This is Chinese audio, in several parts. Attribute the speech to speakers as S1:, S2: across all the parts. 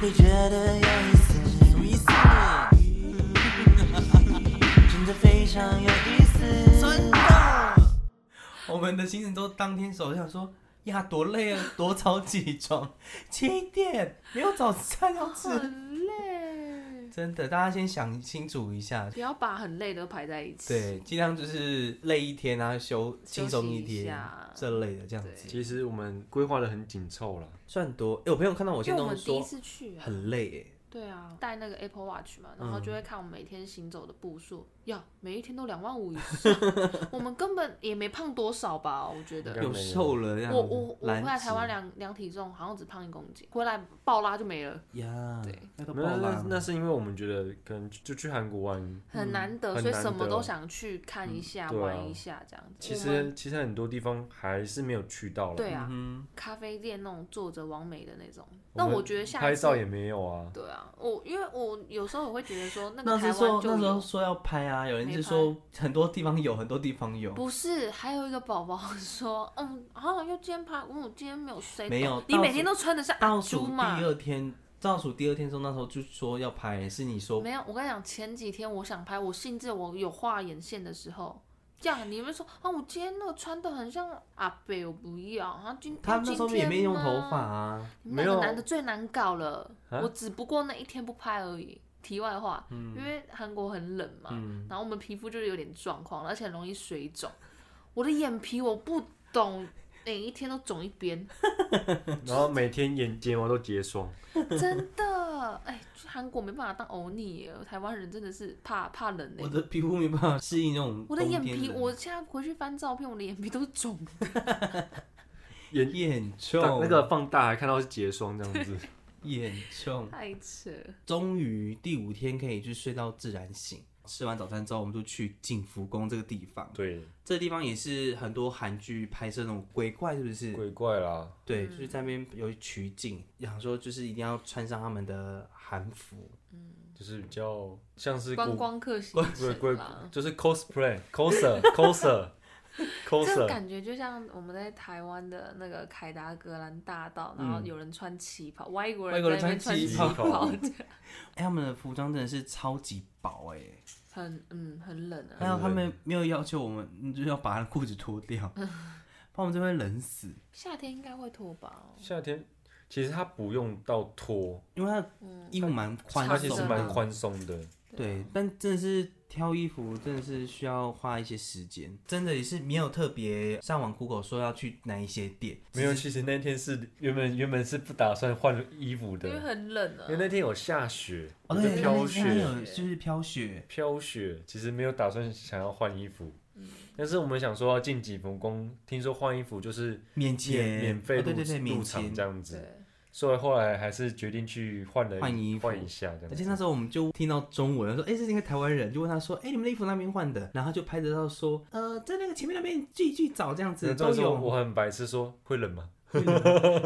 S1: 会觉得有一丝无意思，真的非常有意思。
S2: 真的。我们的行程都当天手想说呀，多累啊，多早起床，七点没有早餐要吃，
S3: 很累，
S2: 真的，大家先想清楚一 下。
S3: 不要把很累的排在一起。，
S2: 对，尽量就是累一天啊，休
S3: 休
S2: 轻
S3: 息
S2: 松一
S3: 一
S2: 天
S3: 下
S2: 这类的这样子，
S3: 对
S4: 其实我们规划的很紧凑啦，
S2: 算多。哎、我朋友看到我
S3: 因
S2: 现
S3: 为
S2: 在
S3: 我
S2: 都
S3: 们第一
S2: 说
S3: 次去啊，
S2: 很累耶，
S3: 对啊，带那个 Apple Watch 嘛，然后就会看我们每天行走的步数，呀，每一天都两万五以上，我们根本也没胖多少吧？我觉
S4: 应
S3: 得
S4: 该。
S2: 有瘦了这样子。
S3: 我我我
S2: 蓝
S3: 回来台湾
S2: 紫
S3: 量量体重，好像只胖一公斤，回来爆拉就没了，
S2: 呀，
S3: 对，
S2: 那个
S4: 没
S2: 爆
S4: 有那
S2: 拉
S4: 那那是因为我们觉得可能就去韩国玩，
S3: 很难得，
S4: 很
S3: 所以
S4: 难
S3: 什么
S4: 得
S3: 都想去看一下、
S4: 对啊
S3: 玩一下这样子。
S4: 其
S3: 我们
S4: 实其实很多地方还是没有去到了，
S3: 对啊，
S2: 嗯
S3: 咖啡店那种坐着完美的那种，
S4: 我
S3: 那
S4: 们
S3: 我觉得下一
S4: 拍
S3: 次
S4: 照也没有 啊，
S3: 对啊，我因为我有时候我会觉得说，那个
S2: 那
S3: 台
S2: 是
S3: 湾
S2: 说
S3: 就
S2: 那时候
S3: 有，
S2: 说要拍啊，有人
S3: 没
S2: 就
S3: 拍
S2: 说很多地方有，很多地方有，
S3: 不是，还有一个宝宝说，嗯，啊，又今天拍，嗯，我今天没有睡，
S2: 没有
S3: 你
S2: 倒
S3: 每
S2: 数
S3: 天都穿的像
S2: 倒
S3: 阿
S2: 数
S3: 朱
S2: 第
S3: 嘛？
S2: 二天，倒数第二天的时候，那时候就说要拍，是你说
S3: 没有，我跟你讲，前几天我想拍，我兴致我有画眼线的时候。这样你们说啊，我今天那个穿的很像阿北，我不要。啊，今
S2: 他那时候也没用头发，啊，
S3: 今天呢你们
S4: 没
S3: 两
S4: 有
S3: 个男的最难搞了。
S4: 啊
S3: 我只不过那一天不拍而已。题外话，因为韩国很冷嘛，
S2: 嗯，
S3: 然后我们皮肤就是有点状况，而且容易水肿。我的眼皮我不懂，每一天都肿一边，
S4: 然后每天眼睫毛都结霜，
S3: 真的。哎，去韩国没办法当欧尼耶，台湾人真的是怕怕冷哎
S2: 我。的皮肤没办法适应那种
S3: 我的眼
S2: 冬
S3: 皮，
S2: 天的
S3: 我现在回去翻照片，我的眼皮都是肿的。
S4: 眼
S2: 眼
S4: 大
S2: 臭，
S4: 那个放大还看到是结霜这样子，
S2: 眼臭。
S3: 太扯。
S2: 终于第五天可以去睡到自然醒。吃完早餐之后，我们就去景福宫这个地方。
S4: 对，
S2: 这地方也是很多韩剧拍摄那种鬼怪，是不是？
S4: 鬼怪啦，
S3: 嗯
S2: 对，就是在那边有取景，想说就是一定要穿上他们的韩服，
S4: 就是比较像是
S3: 观
S4: 古
S3: 光客行
S4: 鬼鬼
S3: 程啦，
S4: 就是 cosplay coser coser
S3: 这种
S4: coser，
S3: 感觉就像我们在台湾的那个凯达格兰大道，然后有人穿旗袍，外国
S2: 嗯
S3: 人
S2: 外国人
S3: 在那边
S2: 穿
S3: 穿
S2: 旗
S4: 袍
S3: 袍，
S2: 哎，他们的服装真的是超级薄哎、
S3: 很嗯很冷啊。
S2: 还有他们没有要求我们嗯就是要把裤子脱 掉，怕我们这边冷死，
S3: 夏天应该会脱吧？
S4: 夏天其实它不用到脱，
S2: 因为他
S3: 嗯
S2: 衣服蛮宽
S4: 它
S3: 它
S4: 其
S2: 松
S4: 实
S2: 的，
S4: 蛮宽松的。
S2: 对，但真的是挑衣服，真的是需要花一些时间，真的也是没有特别上网 Google 说要去哪一些店，
S4: 没有，其实那天是原本原本是不打算换衣服的，
S3: 因为
S4: 因
S3: 很冷啊
S4: 为。那天有下雪，
S2: 哦，
S4: 我在
S2: 对，
S4: 飘
S2: 那边
S4: 雪，
S2: 有就是飘雪，
S4: 飘雪，其实没有打算想要换衣服。但是我们想说要进几福宫，听说换衣服就是
S2: 免
S4: 免
S2: 钱，
S4: 免费
S2: 哦
S4: 入
S2: 对对对，免
S4: 入场
S2: 钱
S4: 这。样子，
S3: 对，
S4: 所以后来还是决定去换了
S2: 换衣服
S4: 换一下这样子。
S2: 而且那时候我们就听到中文，说：“哎、这是一个台湾人。”就问他说：“哎、你们的衣服那边换的？”然后他就拍着照说：“呃，在那个前面那边继续找这样子
S4: 那
S2: 都
S4: 时候
S2: 有。
S4: 我很白痴说会冷吗？”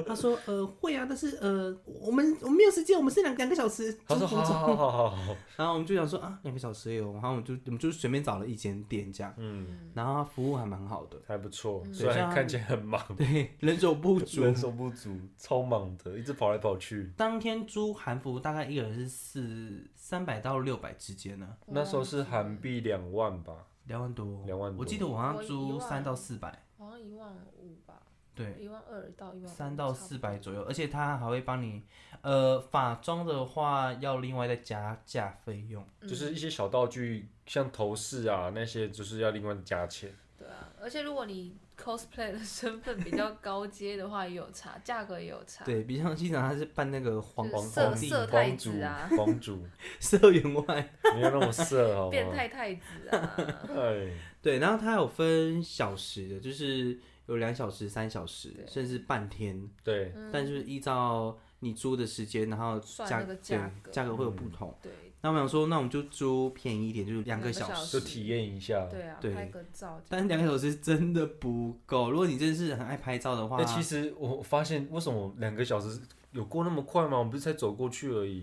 S2: 他说：“呃，会啊，但是呃，我们我们没有时间，我们是两两个小时。”
S4: 他说好好好好好，
S2: 然后我们就想说啊，两个小时有，然后我们就我们就随便找了一间店这样，
S4: 嗯，
S2: 然后它服务还蛮好的，
S4: 还不错，
S3: 嗯
S4: 虽
S2: 对像
S4: 然看起来很忙，
S2: 对，人手不足。
S4: 人手不足，超忙的，一直跑来跑去。
S2: 当天租韩服大概一个人是四三百到六百之间呢、
S4: 那时候是韩币两万吧，
S2: 两万多，
S4: 两万多
S2: 我记得我好
S3: 我
S2: 像
S3: 一
S2: 租
S3: 万
S2: 三到四百，
S3: 好像一万五吧，
S2: 对，
S3: 一万二到一万
S2: 三到四百左右，而且他还会帮你，呃，法妆的话要另外再加价费用。
S3: 嗯
S4: 嗯就是一些小道具，像头饰啊那些，就是要另外加钱。
S3: 对啊，而且如果你 cosplay 的身份比较高阶的话，也有差，价格也有差。
S2: 对，比像经常他是扮那个
S4: 嗯
S2: 皇
S3: 就是
S2: 皇
S3: 色
S2: 皇帝
S3: 色太
S4: 皇
S3: 子
S4: 主
S3: 啊，
S4: 皇主，
S2: 社员外，
S4: 你要让我色 好
S3: 变
S4: 吗？
S3: 态太 子啊，
S4: 哎，
S2: 对，然后它有分小时的，就是有两小时、三小时，甚至半天，
S4: 对，
S3: 嗯
S2: 但就是依照你租的时间，然后
S3: 算
S2: 价
S3: 那个
S2: 对
S3: 价格
S2: 价格会有不同。
S3: 对
S2: 那我们想说，那我们就租便宜一点，就是两个
S3: 两
S2: 小
S3: 个小
S2: 时。
S4: 就体验一下。
S3: 对啊，
S2: 对
S3: 拍个照。
S2: 但是两个小时真的不够，如果你真的是很爱拍照的话，
S4: 那哎其实我发现，为什么两个小时有过那么快吗？我们不是才走过去而已，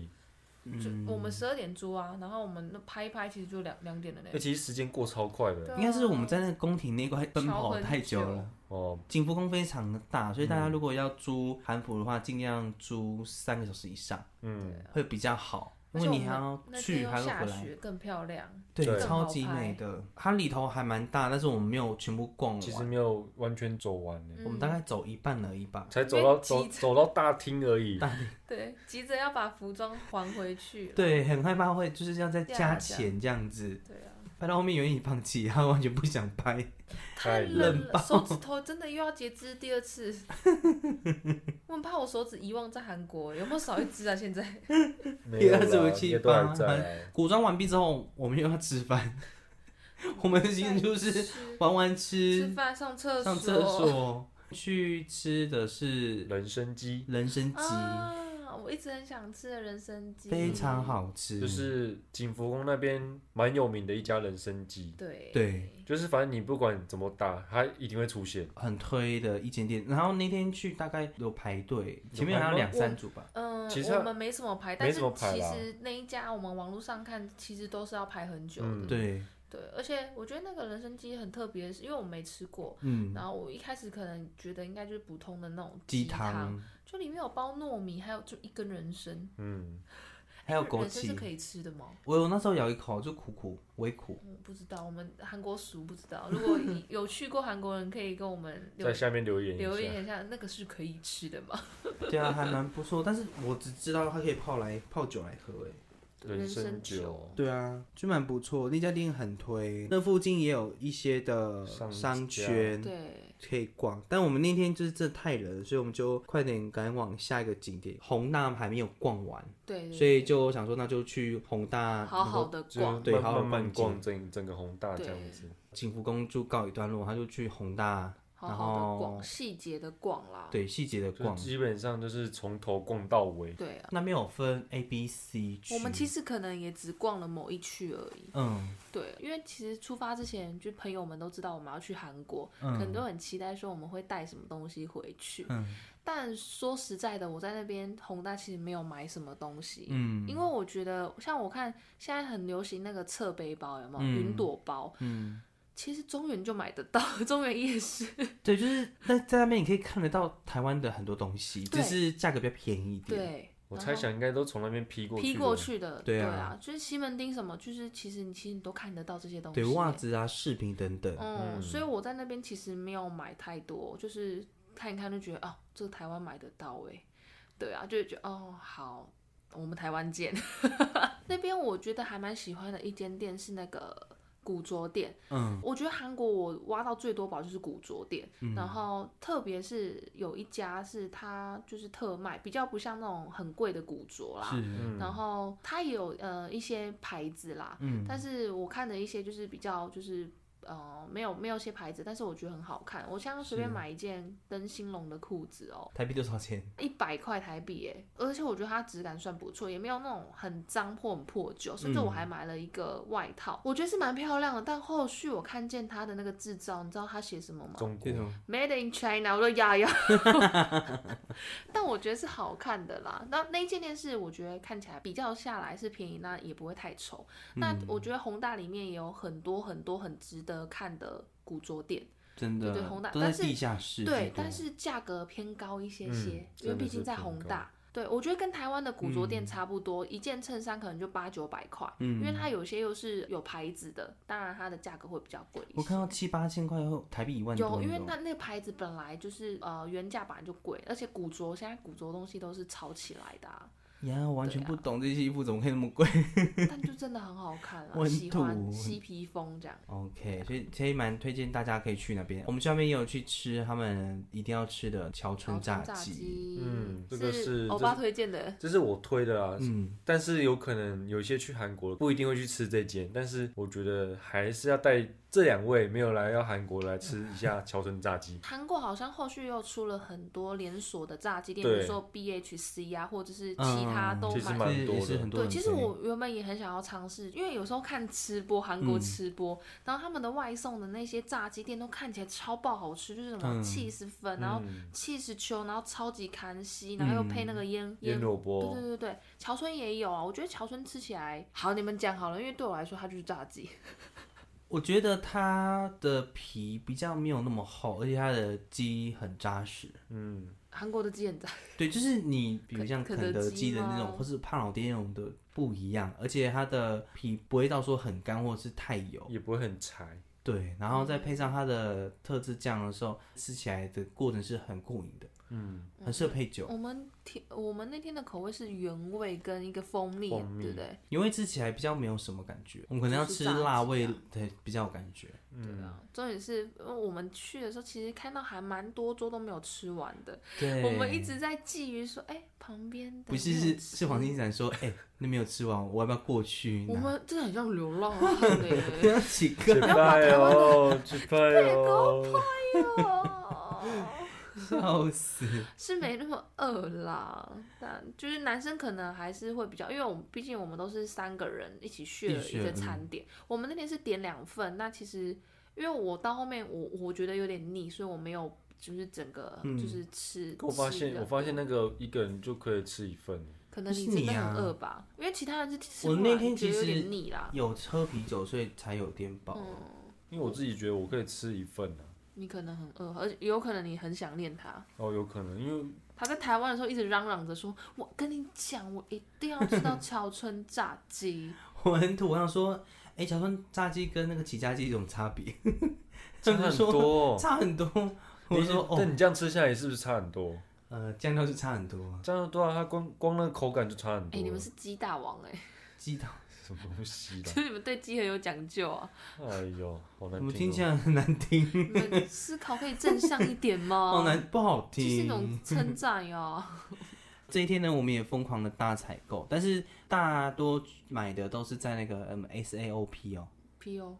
S3: 就
S2: 嗯，
S3: 我们十二点租啊，然后我们那拍一拍，其实就两两点的嘞
S4: 哎，。其实时间过超快的
S3: 对啊
S2: 应该是我们在那个宫廷那块奔
S3: 啊超
S2: 跑
S3: 很
S2: 太久
S3: 久
S2: 了。
S4: 哦，
S2: 景福宫非常的大，所以大家如果要租韩服的话，尽量租三个小时以上
S4: 嗯，
S2: 会比较好，因为
S3: 而且我
S2: 你
S3: 们
S2: 还要
S3: 那
S2: 去
S3: 天
S2: 还
S3: 又
S2: 要回
S3: 下
S2: 来，
S3: 雪，更漂亮。
S2: 对，
S4: 对
S2: 超级
S3: 更好拍
S2: 美的。它里头还蛮大，但是我们没有全部逛
S4: 其实
S2: 完，
S4: 没有完全走完呢，
S2: 我们大概走一半而已吧。
S4: 才走到
S3: 因为
S4: 走
S3: 急着
S4: 走到大厅 而已。
S3: 嗯对，急着要把服装还回去。
S2: 对，很害怕会就是要再
S3: 对啊
S2: 加
S3: 对啊
S2: 钱这样子，
S3: 啊对啊，
S2: 拍到后面有点放弃，他完全不想拍。
S4: 太
S3: 太
S4: 冷
S3: 冷了，手指头真的又要截肢第二次。 我很怕我手指遗忘在韩国，有没有少一只啊？现在
S4: 没
S2: 第
S4: 有
S2: 二次
S4: 啦
S2: 回，去
S4: 也都还
S2: 吧
S4: 在。
S2: 古装完毕之后，我们又要吃饭， 我们的心就是
S3: 吃
S2: 玩玩
S3: 吃
S2: 吃，
S3: 饭、上厕所、
S2: 上厕所，去吃的是
S4: 人参鸡
S2: 人参鸡，
S3: 啊！我一直很想吃的人参鸡，
S2: 非常。好吃，
S4: 就是景福宫那边蛮有名的一家人参鸡，
S3: 对
S2: 对，
S4: 就是反正你不管怎么打，它一定会出现。
S2: 很推的一间店。然后那天去大概有排队，前面
S4: 排
S2: 好像
S4: 吗
S2: 两三组吧。
S3: 嗯，
S4: 其实
S3: 我们没什么排，但
S4: 没
S3: 是
S4: 什么排
S3: 其
S4: 啦
S3: 实那一家我们网络上看，其实都是要排很久的。
S4: 嗯
S2: 对，
S3: 对，而且我觉得那个人参鸡很特别，是因为我没吃过。
S2: 嗯，
S3: 然后我一开始可能觉得应该就是普通的那种
S2: 鸡
S3: 汤，
S2: 汤
S3: 就里面有包糯米，还有就一根人参，
S4: 嗯，
S2: 还有
S3: 人
S2: 枸
S3: 参是哎可
S2: 杞，
S3: 以吃的吗？
S2: 我有那时候咬一口就苦苦微苦。
S3: 我不知道，我们韩国熟不知道。如果 你有去过韩国人，可以跟我们留
S4: 在下面留言
S3: 留
S4: 一下。
S3: 言一下，那个是可以吃的吗？
S2: 对啊，还蛮不错，但是我只知道它可以泡来泡酒来喝，哎，
S4: 人参
S3: 参
S4: 酒，
S2: 对啊，就蛮不错，那家店很推，那附近也有一些的
S4: 商
S2: 商
S4: 家
S2: 圈，
S3: 对，
S2: 可以逛，但我们那天就是真的太冷了，所以我们就快点赶往下一个景点。宏大还没有逛完，
S3: 对，对
S2: 所以就想说那就去宏大，
S3: 对好好
S2: 然后
S3: 的
S4: 就是
S3: 逛，
S2: 对
S4: 慢
S2: 好好
S4: 慢慢
S2: 逛
S4: 逛整整个宏大这样子。
S2: 景福宫就告一段落，他就去宏大，
S3: 好
S2: 然
S3: 好的
S2: 后
S3: 逛，细节的逛啦。
S2: 对细节的
S4: 就是
S2: 逛。
S4: 基本上就是从头逛到尾，
S3: 对啊，
S2: 那边有分 A、B、C 区，
S3: 我们其实可能也只逛了某一区而已。
S2: 嗯
S3: 对，因为其实出发之前，就朋友们都知道我们要去韩国，可
S2: 嗯
S3: 能都很期待说我们会带什么东西回去。
S2: 嗯
S3: 但说实在的，我在那边宏大其实没有买什么东西，
S2: 嗯
S3: 因为我觉得像我看现在很流行那个侧背包，有没有
S2: 嗯
S3: 云朵包？
S2: 嗯，
S3: 其实中原就买得到， 中原夜市。
S2: 对，就是那在那边你可以看得到台湾的很多东西，只
S3: 对
S2: 是价格比较便宜一点。
S3: 对，
S4: 我
S3: 然
S4: 猜
S3: 后
S4: 想应该都从那边批过去。
S3: 批过。去的，
S2: 对啊
S3: 啊，就是西门町什么，就是其实你其实你都看得到这些东西。
S2: 对，袜子啊、饰品等等，
S3: 嗯，所以我在那边其实没有买太多，就是看一看就觉得哦，这个台湾买得到哎、对啊，就觉得哦好，我们台湾见。 那边我觉得还蛮喜欢的一间店是那个古着店，
S2: 嗯，
S3: 我觉得韩国我挖到最多宝就是古着店，然后特别是有一家是它就是特卖，比较不像那种很贵的古着啦，
S2: 是，
S4: 嗯，
S3: 然后它也有呃一些牌子啦，
S2: 嗯
S3: 但是我看的一些就是比较就是呃没有没有一些牌子，但是我觉得很好看。我像随便买一件灯芯绒的裤子哦，
S2: 台币多少钱？
S3: 一百块台币耶，而且我觉得它质感算不错，也没有那种很脏或很破旧，甚至我还买了一个外套，我觉得是蛮漂亮的。但后续我看见它的那个制造，你知道它写什么吗？
S4: 中
S2: 这
S4: 国
S2: 种
S3: Made in China，我说呀 呀，但我觉得是好看的啦。那那一间店是我觉得看起来比较下来是便宜，那也不会太丑。那
S4: 嗯
S3: 我觉得宏大里面也有很多很多很值得看的古着店，
S2: 真的
S3: 对对宏大
S2: 都在
S3: 但是
S2: 地下室居多，
S3: 对，但是价格偏高一些些，
S4: 嗯
S3: 因为
S4: 真的
S3: 毕
S4: 是
S3: 竟在
S4: 偏
S3: 宏
S4: 高嗯
S3: 大。对，我觉得跟台湾的古着店差不多，一件衬衫可能就八九百块，因为它有些又是有牌子的，当然它的价格会比较贵一些。
S2: 我看到七八千块后，台币一万多
S3: 有，因为
S2: 哦
S3: 它那个牌子本来就是呃原价本来就贵，而且古着现在古着东西都是炒起来 的、啊，
S2: 呀，我完全
S3: 对啊
S2: 不懂这些衣服怎么可以那么贵。
S3: 但就真的很好看了，
S2: 温
S3: 喜欢
S2: 度
S3: 嬉皮风这样。
S2: OK，所以所以蛮推荐大家可以去那边。我们去那边也有去吃他们一定要吃的桥
S3: 潮
S2: 村
S3: 州炸
S2: 鸡。
S3: 鸡，
S4: 嗯这个是
S3: 是欧巴推荐的，
S4: 这是我推的啊，
S2: 嗯，
S4: 但是有可能有一些去韩国的不一定会去吃这间，但是我觉得还是要带这两位没有来到韩国来吃一下乔村炸鸡，
S3: 韩国好像后续又出了很多连锁的炸鸡店，比
S4: 对
S3: 如说 BHC 啊，或者是其他都
S4: 其实
S3: 蛮
S4: 蛮
S2: 是
S4: 多
S2: 也
S4: 的
S2: 是嗯很多
S3: 对，
S2: 人
S3: 其
S2: 推。
S3: 实我原本也很想要尝试，因为有时候看吃播，韩国
S2: 嗯
S3: 吃播，然后他们的外送的那些炸鸡店都看起来超爆好吃，就是什么
S2: 嗯
S3: cheese 粉，然后
S4: 嗯，
S3: cheese 球，然后超级韩西，然后又配那
S2: 嗯
S3: 个腌、
S4: 腌萝卜
S3: 对对对对，乔村也有啊，我觉得乔村吃起来好，你们讲好了，因为对我来说它就是炸鸡，
S2: 我觉得它的皮比较没有那么厚，而且它的鸡很扎实。
S4: 嗯，
S3: 韩国的鸡很炸，
S2: 对，就是你比如
S3: 肯
S2: 像
S3: 肯
S2: 肯
S3: 德
S2: 德
S3: 基
S2: 基的那
S3: 吗
S2: 种，或是胖老爹那种的不一样，而且它的皮不会到说很干或者是太油。
S4: 也不会 很柴，
S2: 对，然后再配上它的特制酱的时候，吃起来的过程是很过瘾的，
S4: 嗯，
S2: 很适合配酒。
S3: 我们天我们那天的口味是原味跟一个蜂蜜，
S4: 蜂蜜
S3: 对不对？
S2: 因为吃起来比较没有什么感觉，我们可能要
S3: 就是
S2: 吃
S3: 炸鸡
S2: 辣味
S3: 啊，
S2: 对，比较有感觉。
S3: 对啊，重点是因为我们去的时候，其实看到还蛮多桌都没有吃完的，
S2: 对，
S3: 我们一直在觊觎说，哎、旁边的
S2: 不是
S3: 没有
S2: 是
S3: 吃
S2: 是黄金闪说，哎、那没有吃完，我要不要过去拿？
S3: 我们真的很像流浪汉欸嘞、
S2: 不 要几
S4: 吃
S2: 个，
S4: 派哦，吃派哦，
S3: 哎呦
S2: 笑死！
S3: 是没那么饿啦，但就是男生可能还是会比较，因为我们毕竟我们都是三个人一起 share
S2: 一起
S3: 一个
S2: share，
S3: 餐点，我们那天是点两份，那其实因为我到后面我我觉得有点腻，所以我没有就是整个
S2: 嗯
S3: 就是吃。
S4: 我发现
S3: 吃
S4: 我发现
S3: 的
S4: 那个一个人就可以吃一份，
S3: 可能你
S2: 是
S3: 真
S2: 你
S3: 的
S2: 啊
S3: 很饿吧，因为其他人是吃
S2: 我
S3: 不
S2: 那
S3: 完
S2: 天
S3: 觉得
S2: 其
S3: 有点
S2: 实
S3: 腻啦。
S2: 有喝啤酒，所以才有点饱。
S3: 嗯，
S4: 因为我自己觉得我可以吃一份啊，
S3: 你可能很饿，而且有可能你很想念他。
S4: 哦，有可能，因为
S3: 他在台湾的时候一直嚷嚷着说：“我跟你讲，我一定要吃到 乔村炸鸡。
S2: 我很土，我想说，哎、乔村炸鸡跟那个起家鸡有什么差别？
S4: 差很多哦，
S2: 差很多。我
S4: 你
S2: 说哦，
S4: 但你这样吃下来是不是差很多？
S2: 呃，酱料是差很多，
S4: 这样对啊，它光光那个口感就差很
S3: 哎、
S4: 多
S3: 你们
S4: 了，
S3: 是鸡大王哎、
S2: 鸡汤
S4: 什么东西
S3: 就
S4: 啦？
S3: 是你们对鸡很有讲究啊。
S4: 哎呦，好
S2: 怎
S4: 难
S2: 么听起
S4: 哦
S2: 来很难听，
S3: 你们思考可以正向一点吗？
S2: 好难，不好
S3: 这是一种
S2: 听。
S3: 称赞呀。
S2: 这一天呢，我们也疯狂的大采购，但是大多买的都是在那个 嗯 S A O P 哦
S3: P O，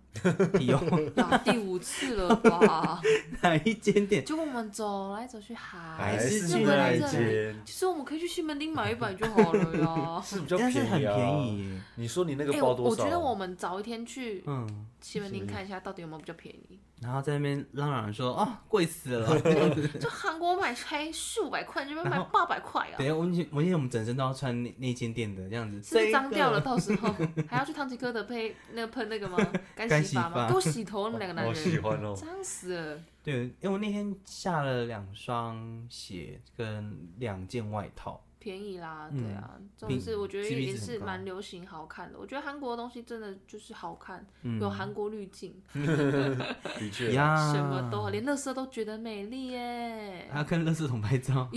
S2: P O
S3: 打第五次了吧？
S2: 哪一间店？
S3: 结果我们走来走去还
S4: 还
S2: 是
S3: 就
S4: 去
S2: 去
S3: 回
S4: 那
S3: 来
S4: 一
S3: 这里。
S4: 间，。
S3: 其实我们可以去西门町买一百就好了呀
S4: 是比较
S2: 但是很
S4: 便宜啊。
S2: 便宜耶，
S4: 你说 你那
S3: 哦哎、
S4: 个
S3: 我
S4: 包
S3: 我
S4: 多少？啊
S3: 觉得我们早一天去
S2: 嗯，
S3: 西门町看一下，到底有没有比较便宜。
S2: 然后在那边嚷嚷说哦，贵死 了，这样子。
S3: 就韩国买才数百块，这边买八百块啊
S2: 等一！下，我以前我以前我们整身都要穿那那间店的这样子，
S3: 是不
S2: 这
S3: 是
S2: 一
S3: 脏掉
S2: 个
S3: 了？到时候还要去唐吉诃德配那喷那个吗？干
S2: 干
S3: 洗
S2: 洗
S3: 发吗？
S2: 发
S3: 给我洗头，你们两个男
S4: 我喜
S3: 人，
S4: 欢哦，
S3: 脏死了！
S2: 对，因为我那天下了两双鞋跟两件外套，
S3: 便宜啦，
S2: 嗯
S3: 对啊，这种是
S2: 嗯
S3: 我觉得
S2: CP
S3: 也
S2: 值
S3: 是
S2: 很高
S3: 蛮流行好看的。我觉得韩国的东西真的就是好看，
S2: 嗯啊
S3: 有韩国滤镜，
S4: 的 确，
S2: 呀，
S3: 什么都好，连乐色都觉得美丽耶。
S2: 还要跟垃圾桶拍照。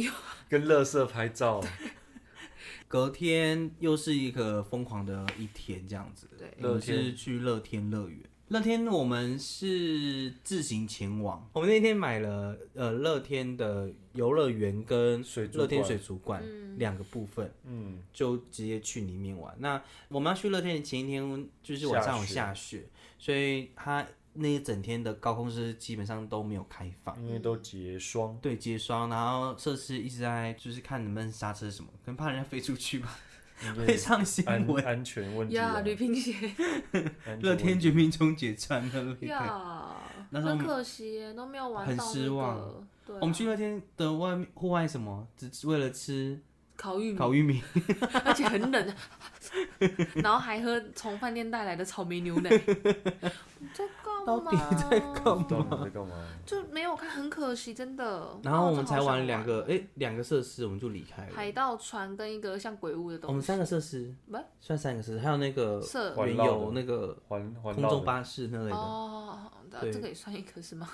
S4: 跟乐色拍照，
S2: 隔天又是一个疯狂的一天，这样子。
S3: 对
S2: 我们是去乐天乐园。乐天我们是自行前往，我们那天买了呃乐天的游乐园跟
S4: 水族
S2: 乐天
S4: 馆
S2: 水族馆
S3: 嗯
S2: 两个部分。
S4: 嗯，
S2: 就直接去里面玩。那我们要去乐天的前一天，就是晚上有下
S4: 下
S2: 雪，所以它那一整天的高空设施基本上都没有开放。
S4: 因为都结霜，
S2: 对，结霜，然后设施一直在就是看能不能刹车什么，可能怕人家飞出去吧，
S4: 因
S2: 会
S4: 为
S2: 上新
S4: 安
S2: 闻。
S4: 安全问题
S3: 呀，
S4: 啊。
S3: 铝 屏鞋
S4: 安全问题
S2: 乐天全民终结战那类的，
S3: 呀，
S2: 那时候我
S3: 很
S2: 们
S3: 可惜耶，都没有玩
S2: 很
S3: 到
S2: 失
S3: 那个
S2: 望。
S3: 对啊，
S2: 我们去乐天的外面户外什么，只是为了吃
S3: 烤玉米，哦
S2: 烤玉米，
S3: 而且很冷， 然后还喝从饭店带来的草莓牛 奶。你在干嘛？
S2: 到底在干
S4: 到底
S2: 嘛？
S4: 在干嘛？
S3: 就没有看，很可惜，真的。
S2: 然后我们
S3: 真的
S2: 才
S3: 好哦想
S2: 玩两个，哎、两个设施我们就离开了。哦
S3: 海盗船跟一个像鬼屋的
S2: 我
S3: 东
S2: 们
S3: 西，
S2: 三个设施
S3: 不，
S2: 算三个设施，还有那个
S3: 色
S2: 原有那个
S4: 环环
S2: 空
S4: 绕
S2: 中
S4: 的
S2: 巴士那类的。
S3: 哦，那
S2: 对
S3: 这个也算一个是吗？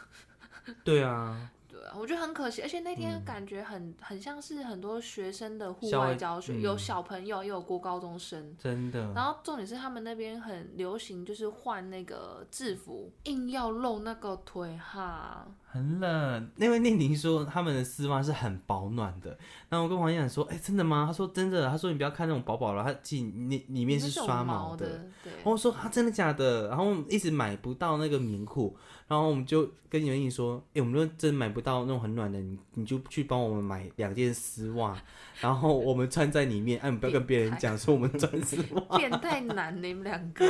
S2: 对啊，
S3: 对啊，我觉得很可惜，而且那天感觉很、很像是很多学生的户
S2: 校
S3: 外
S2: 外
S3: 教学，
S2: 嗯
S3: 有小朋友，也有过高中生。
S2: 真的。
S3: 然后重点是他们那边很流行，就是换那个制服，硬要露那个腿哈，
S2: 很冷。那位念婷说他们的丝袜是很保暖的，然后我跟黄燕然说，哎、真的吗？他说真的，他说你不要看那种薄薄的，它其实里里面是
S3: 有
S2: 刷
S3: 毛
S2: 的。，
S3: 对
S2: 然后，我说啊，真的假的？然后我们一直买不到那个棉裤，然后我们就跟袁颖说，哎、我们就真买不到那种很暖的，你你就去帮我们买两件丝 袜，然后我们穿在里面，哎、你不要跟别人讲说我们穿丝 袜，
S3: 变态男你们两个，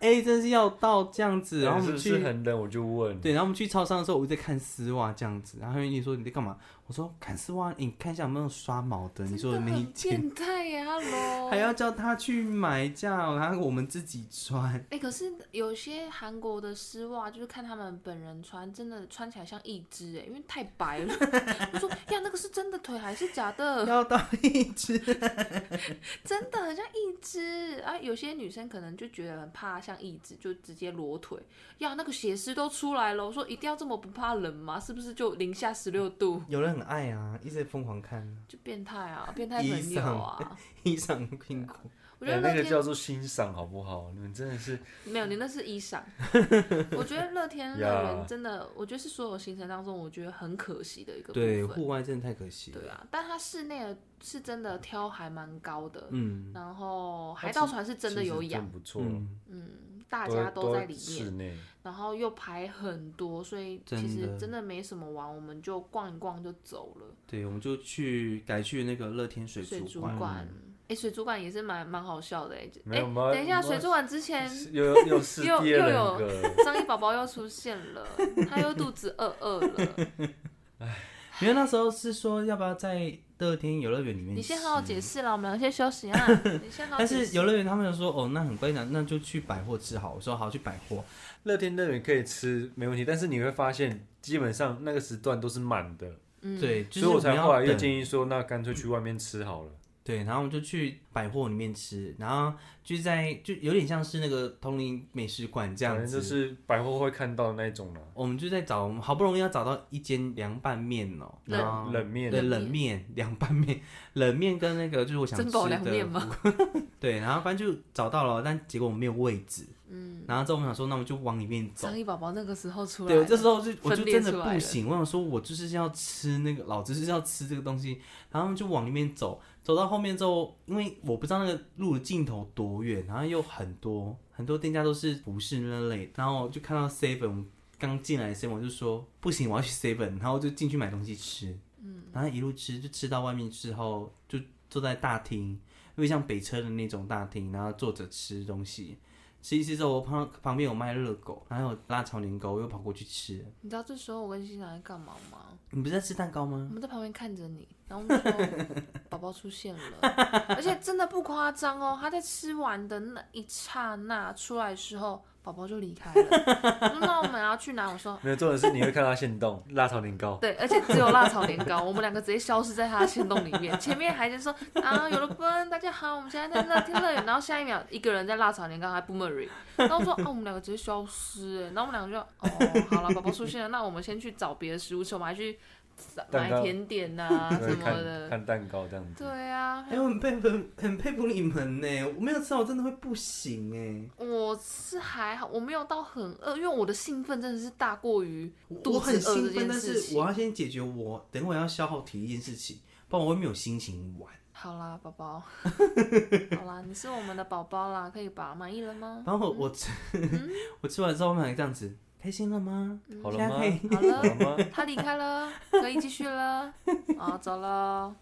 S2: 哎、真是要到这样子，然后我
S4: 是
S2: 们
S4: 不
S2: 去。
S4: 是很冷？我就问，
S2: 对，然后我们去超商的时候，我一直在看丝袜这样子，然后袁颖说你在干嘛？我说看丝袜，你看一下有没有刷毛的， 你说的
S3: 真
S2: 那
S3: 的
S2: 一
S3: 很
S2: 件，
S3: 变态呀、喽！
S2: 还要叫他去买这样，然后我们自己穿。
S3: 哎、可是有些韩国的丝袜，就是看他们本人穿，真的穿起来像一只哎、因为太白了。 我说呀，那个是真的腿还是假的？
S2: 要到一只，
S3: 真的很像一只啊！有些女生可能就觉得很怕像一只，就直接裸腿。呀，那个血丝都出来了。我说一定要这么不怕冷吗？是不是就零下十六度
S2: 有人很爱啊，一直疯狂看，
S3: 就变态啊？变态朋友啊！
S2: 衣裳辛苦。
S3: 我觉得
S4: 哎
S3: 乐
S4: 那
S3: 天、
S4: 个叫做欣赏，好不好？你们真的是
S3: 没有，你那是衣裳。我觉得乐天乐园
S4: 呀
S3: 真的，我觉得是所有行程当中，我觉得很可惜的一个部分。
S2: 对，户外真的太可惜了。
S3: 对啊，但它室内的是真的挑还蛮高的，
S2: 嗯
S3: 然后
S4: 它
S3: 海
S4: 其
S3: 盗船是真的
S4: 其实
S3: 有氧
S4: 真，不错，
S2: 嗯，
S3: 嗯，大
S4: 都
S3: 家
S4: 都
S3: 都在里
S4: 室
S3: 面，
S4: 内，
S3: 然后又排很多，所以其
S2: 真
S3: 实
S2: 的
S3: 真的没什么玩，我们就逛一逛就走了。
S2: 对，我们就去改去那个乐天水
S3: 水
S2: 族
S3: 族
S2: 馆。
S3: 馆，哎，水族馆也是蛮蛮好笑的哎，
S4: 没
S3: 哎，
S4: 有吗
S3: 等一下，
S4: 没有
S3: 水族馆之前
S4: 又又 是
S3: 又
S4: 第二
S3: 又有
S4: 个，
S3: 章鱼宝宝又出现了，他又肚子饿饿了。
S2: 因为那时候是说要不要在乐天游乐园里面，
S3: 你先好好解。释啦，我们俩先休息 啊。你先好好
S2: 但
S3: 解
S2: 是
S3: 释。
S2: 游乐园他们就说哦，那很贵呢，那就去百货吃好。我说好，去百货。
S4: 乐天乐园可以吃没问题，但是你会发现基本上那个时段都是满的，
S3: 嗯，
S2: 对，就是
S4: 所以
S2: 我
S4: 我
S2: 们
S4: 才后
S2: 要
S4: 来又
S2: 等。
S4: 建议说，那干脆去外面吃好了。
S2: 对，然后我们就去百货里面吃，然后就在就有点像是那个通灵美食馆这样
S4: 反
S2: 子，
S4: 正就是百货会看到的那一种啦、
S2: 我们就在找，我们好不容易要找到一间凉拌面哦、
S3: 冷
S2: 然后
S4: 冷面
S2: 对，冷面凉拌面，冷面跟那个就是我想吃
S3: 珍宝凉面
S2: 的，
S3: 吗？
S2: 对，然后反正就找到了，但结果我们没有位置，
S3: 嗯，
S2: 然后之后我们想说，那我们就往里面走
S3: 张。一宝宝那个时候出来
S2: 对，
S3: 了，
S2: 我这时候就我就
S3: 分裂
S2: 真
S3: 出
S2: 的
S3: 来
S2: 不行，我想说，我就是要吃那个，老子就是要吃这个东西，然后他们就往里面走，走到后面之后，因为我不知道那个路的尽头多远，然后又很多很多店家都是服饰那类，然后就看到 seven，我们刚进来的 seven 我就说不行，我要去 seven，然后就进去买东西吃，嗯，然后一路吃就吃到外面之后，就坐在大厅，因为像北车的那种大厅，然后坐着吃东西。吃一吃之后，我旁旁边有卖热狗，还有辣炒年糕，我又跑过去吃。
S3: 你知道这时候我跟欣然在干嘛吗？
S2: 你不是在吃蛋糕
S3: 我
S2: 吗？
S3: 们在旁边看着你，然后我们 说宝宝出现了，而且真的不夸张哦，他在吃完的那一刹那出来的时候，宝宝就离开了。我说那我们要去哪？我说。
S4: 没有，重点是你会看到现动辣炒年糕，
S3: 对，而且只有辣炒年糕，我们两个直接消失在他的线洞里面。前面还在说啊，有了奔，大家好，我们现在在乐天乐园。然后下一秒，一个人在辣炒年糕还不 m e r y 然后说啊，我们两个直接消失、欸。然后我们两个就哦，好了，宝宝出现了，那我们先去找别的食物吃，我们还去买
S4: 蛋糕
S3: 甜点呐、
S4: 对
S3: 啊什么
S4: 看
S3: 的。
S4: 看蛋糕这样子。
S3: 对啊
S2: 哎、，我很佩服，很佩服你们呢。我没有吃，我真的会不行哎。
S3: 我是还好，我没有到很饿，因为我的兴奋真的是大过于
S2: 我
S3: 肚
S2: 我很
S3: 子饿
S2: 兴
S3: 这
S2: 奋，
S3: 件
S2: 但
S3: 事
S2: 是
S3: 情
S2: 我。要先解决我等会要消耗体力这件事情，不然我会没有心情玩。
S3: 好啦，宝 宝，好啦，你是我们的宝宝啦，可以吧？满意了吗？
S2: 然后我吃，
S3: 嗯
S2: 我吃完之后，我们还这样子，开心了吗？
S4: 好了
S2: 现在可
S4: 吗？
S2: 以
S3: 好了，
S4: 好了吗？
S3: 他离开了，可以继续了。啊，走了。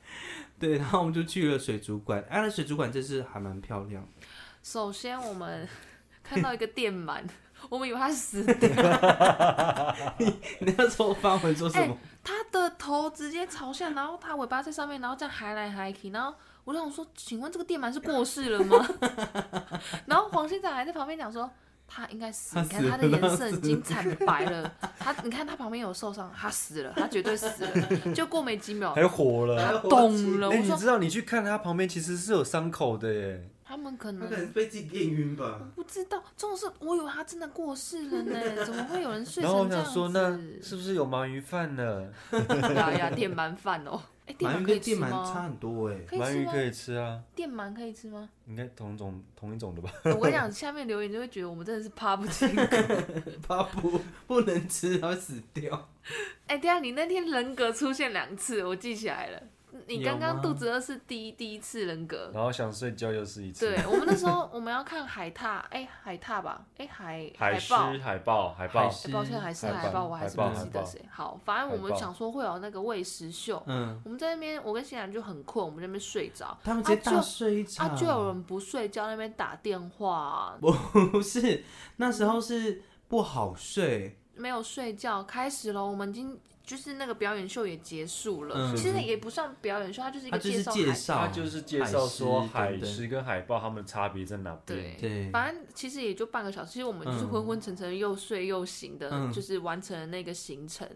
S2: 对，然后我们就去了水族馆。哎、啊，那水族馆这次还蛮漂 亮的，
S3: 首先我们看到一个电鳗，我们以为它死的，
S2: 你那时候发文说什么？
S3: 它的头直接朝下，然后它尾巴在上面，然后这样还来还去，然后。我就想说，请问这个电鳗是过世了吗？ 然后黄县长还在旁边讲说，他应该死，
S2: 它
S3: 你看
S2: 死
S3: 他的
S2: 了它
S3: 颜色已
S2: 死
S3: 经惨白了，他你看他旁边有受伤，他死了，他绝对死了。就过没几秒，
S4: 还火
S3: 他
S4: 了。
S3: 懂了。
S4: 哎、
S3: 我
S4: 你
S3: 说
S4: 知道你去看它旁边其实是有伤口的耶，
S3: 他们可
S2: 他
S3: 能
S2: 可能被自己电晕吧。
S3: 不知道，这种事我以为他真的过世了 呢，怎么会有人睡
S4: 然
S3: 成
S4: 后我
S3: 这样
S4: 想
S3: 子？ 哎
S4: 说，那是不是有鳗鱼饭呢？
S3: 呀呀，电鳗饭哦，哎，电
S2: 鳗
S3: 鳗
S2: 鱼
S3: 可以
S2: 跟
S3: 吃
S2: 电鳗差
S3: 吗？
S2: 很多 哎、
S3: 可以
S4: 鳗
S3: 吃
S4: 鱼
S3: 吗
S4: 可？以吃啊，
S3: 电鳗可以吃吗？
S4: 应该同种同一种的吧？
S3: 我跟你讲，下面留言就会觉得我们真的是趴不清。
S2: 怕不不能吃，它会死掉。
S3: 哎，对啊，你那天人格出现两次，我记起来了。你
S2: 有
S3: 刚刚
S2: 吗
S3: 肚子饿是第一第一次人格。
S4: 然后想睡觉又哦是一次。
S3: 对，我们那时候我们要看海獭，哎，海獭吧，哎，海
S4: 海狮、
S3: 豹。
S4: 海豹、海豹
S2: 海，狮
S3: 哎抱歉，还是
S4: 海
S3: 海
S4: 豹
S3: 豹，我还是不
S4: 海豹
S3: 记得
S4: 海豹
S3: 谁。好，反正我
S4: 海
S3: 们
S4: 豹
S3: 想说会有那个喂食秀，
S2: 嗯，
S3: 我们在那边，我跟欣然就很困，我们在那边睡着。
S2: 他们直接
S3: 啊
S2: 大
S3: 就
S2: 睡一场。
S3: 啊，就有人不睡觉，那边打电 话、
S2: 不是那时候是不好睡，
S3: 没有睡觉，开始了。我们已经就是那个表演秀也结束了，
S2: 嗯
S3: 其实也不算表演秀，它就是一
S2: 他
S3: 个
S2: 就是
S3: 绍
S2: 介
S3: 海。
S2: 绍，
S4: 它就是介绍说
S2: 海狮
S4: 海
S2: 等等
S4: 狮跟海豹它们的差别在哪
S3: 对，
S4: 边。
S2: 对
S3: 反正其实也就半个小时，其实我们就是
S2: 嗯
S3: 昏昏沉沉又睡又醒的，
S2: 嗯
S3: 就是完成了那个 行程。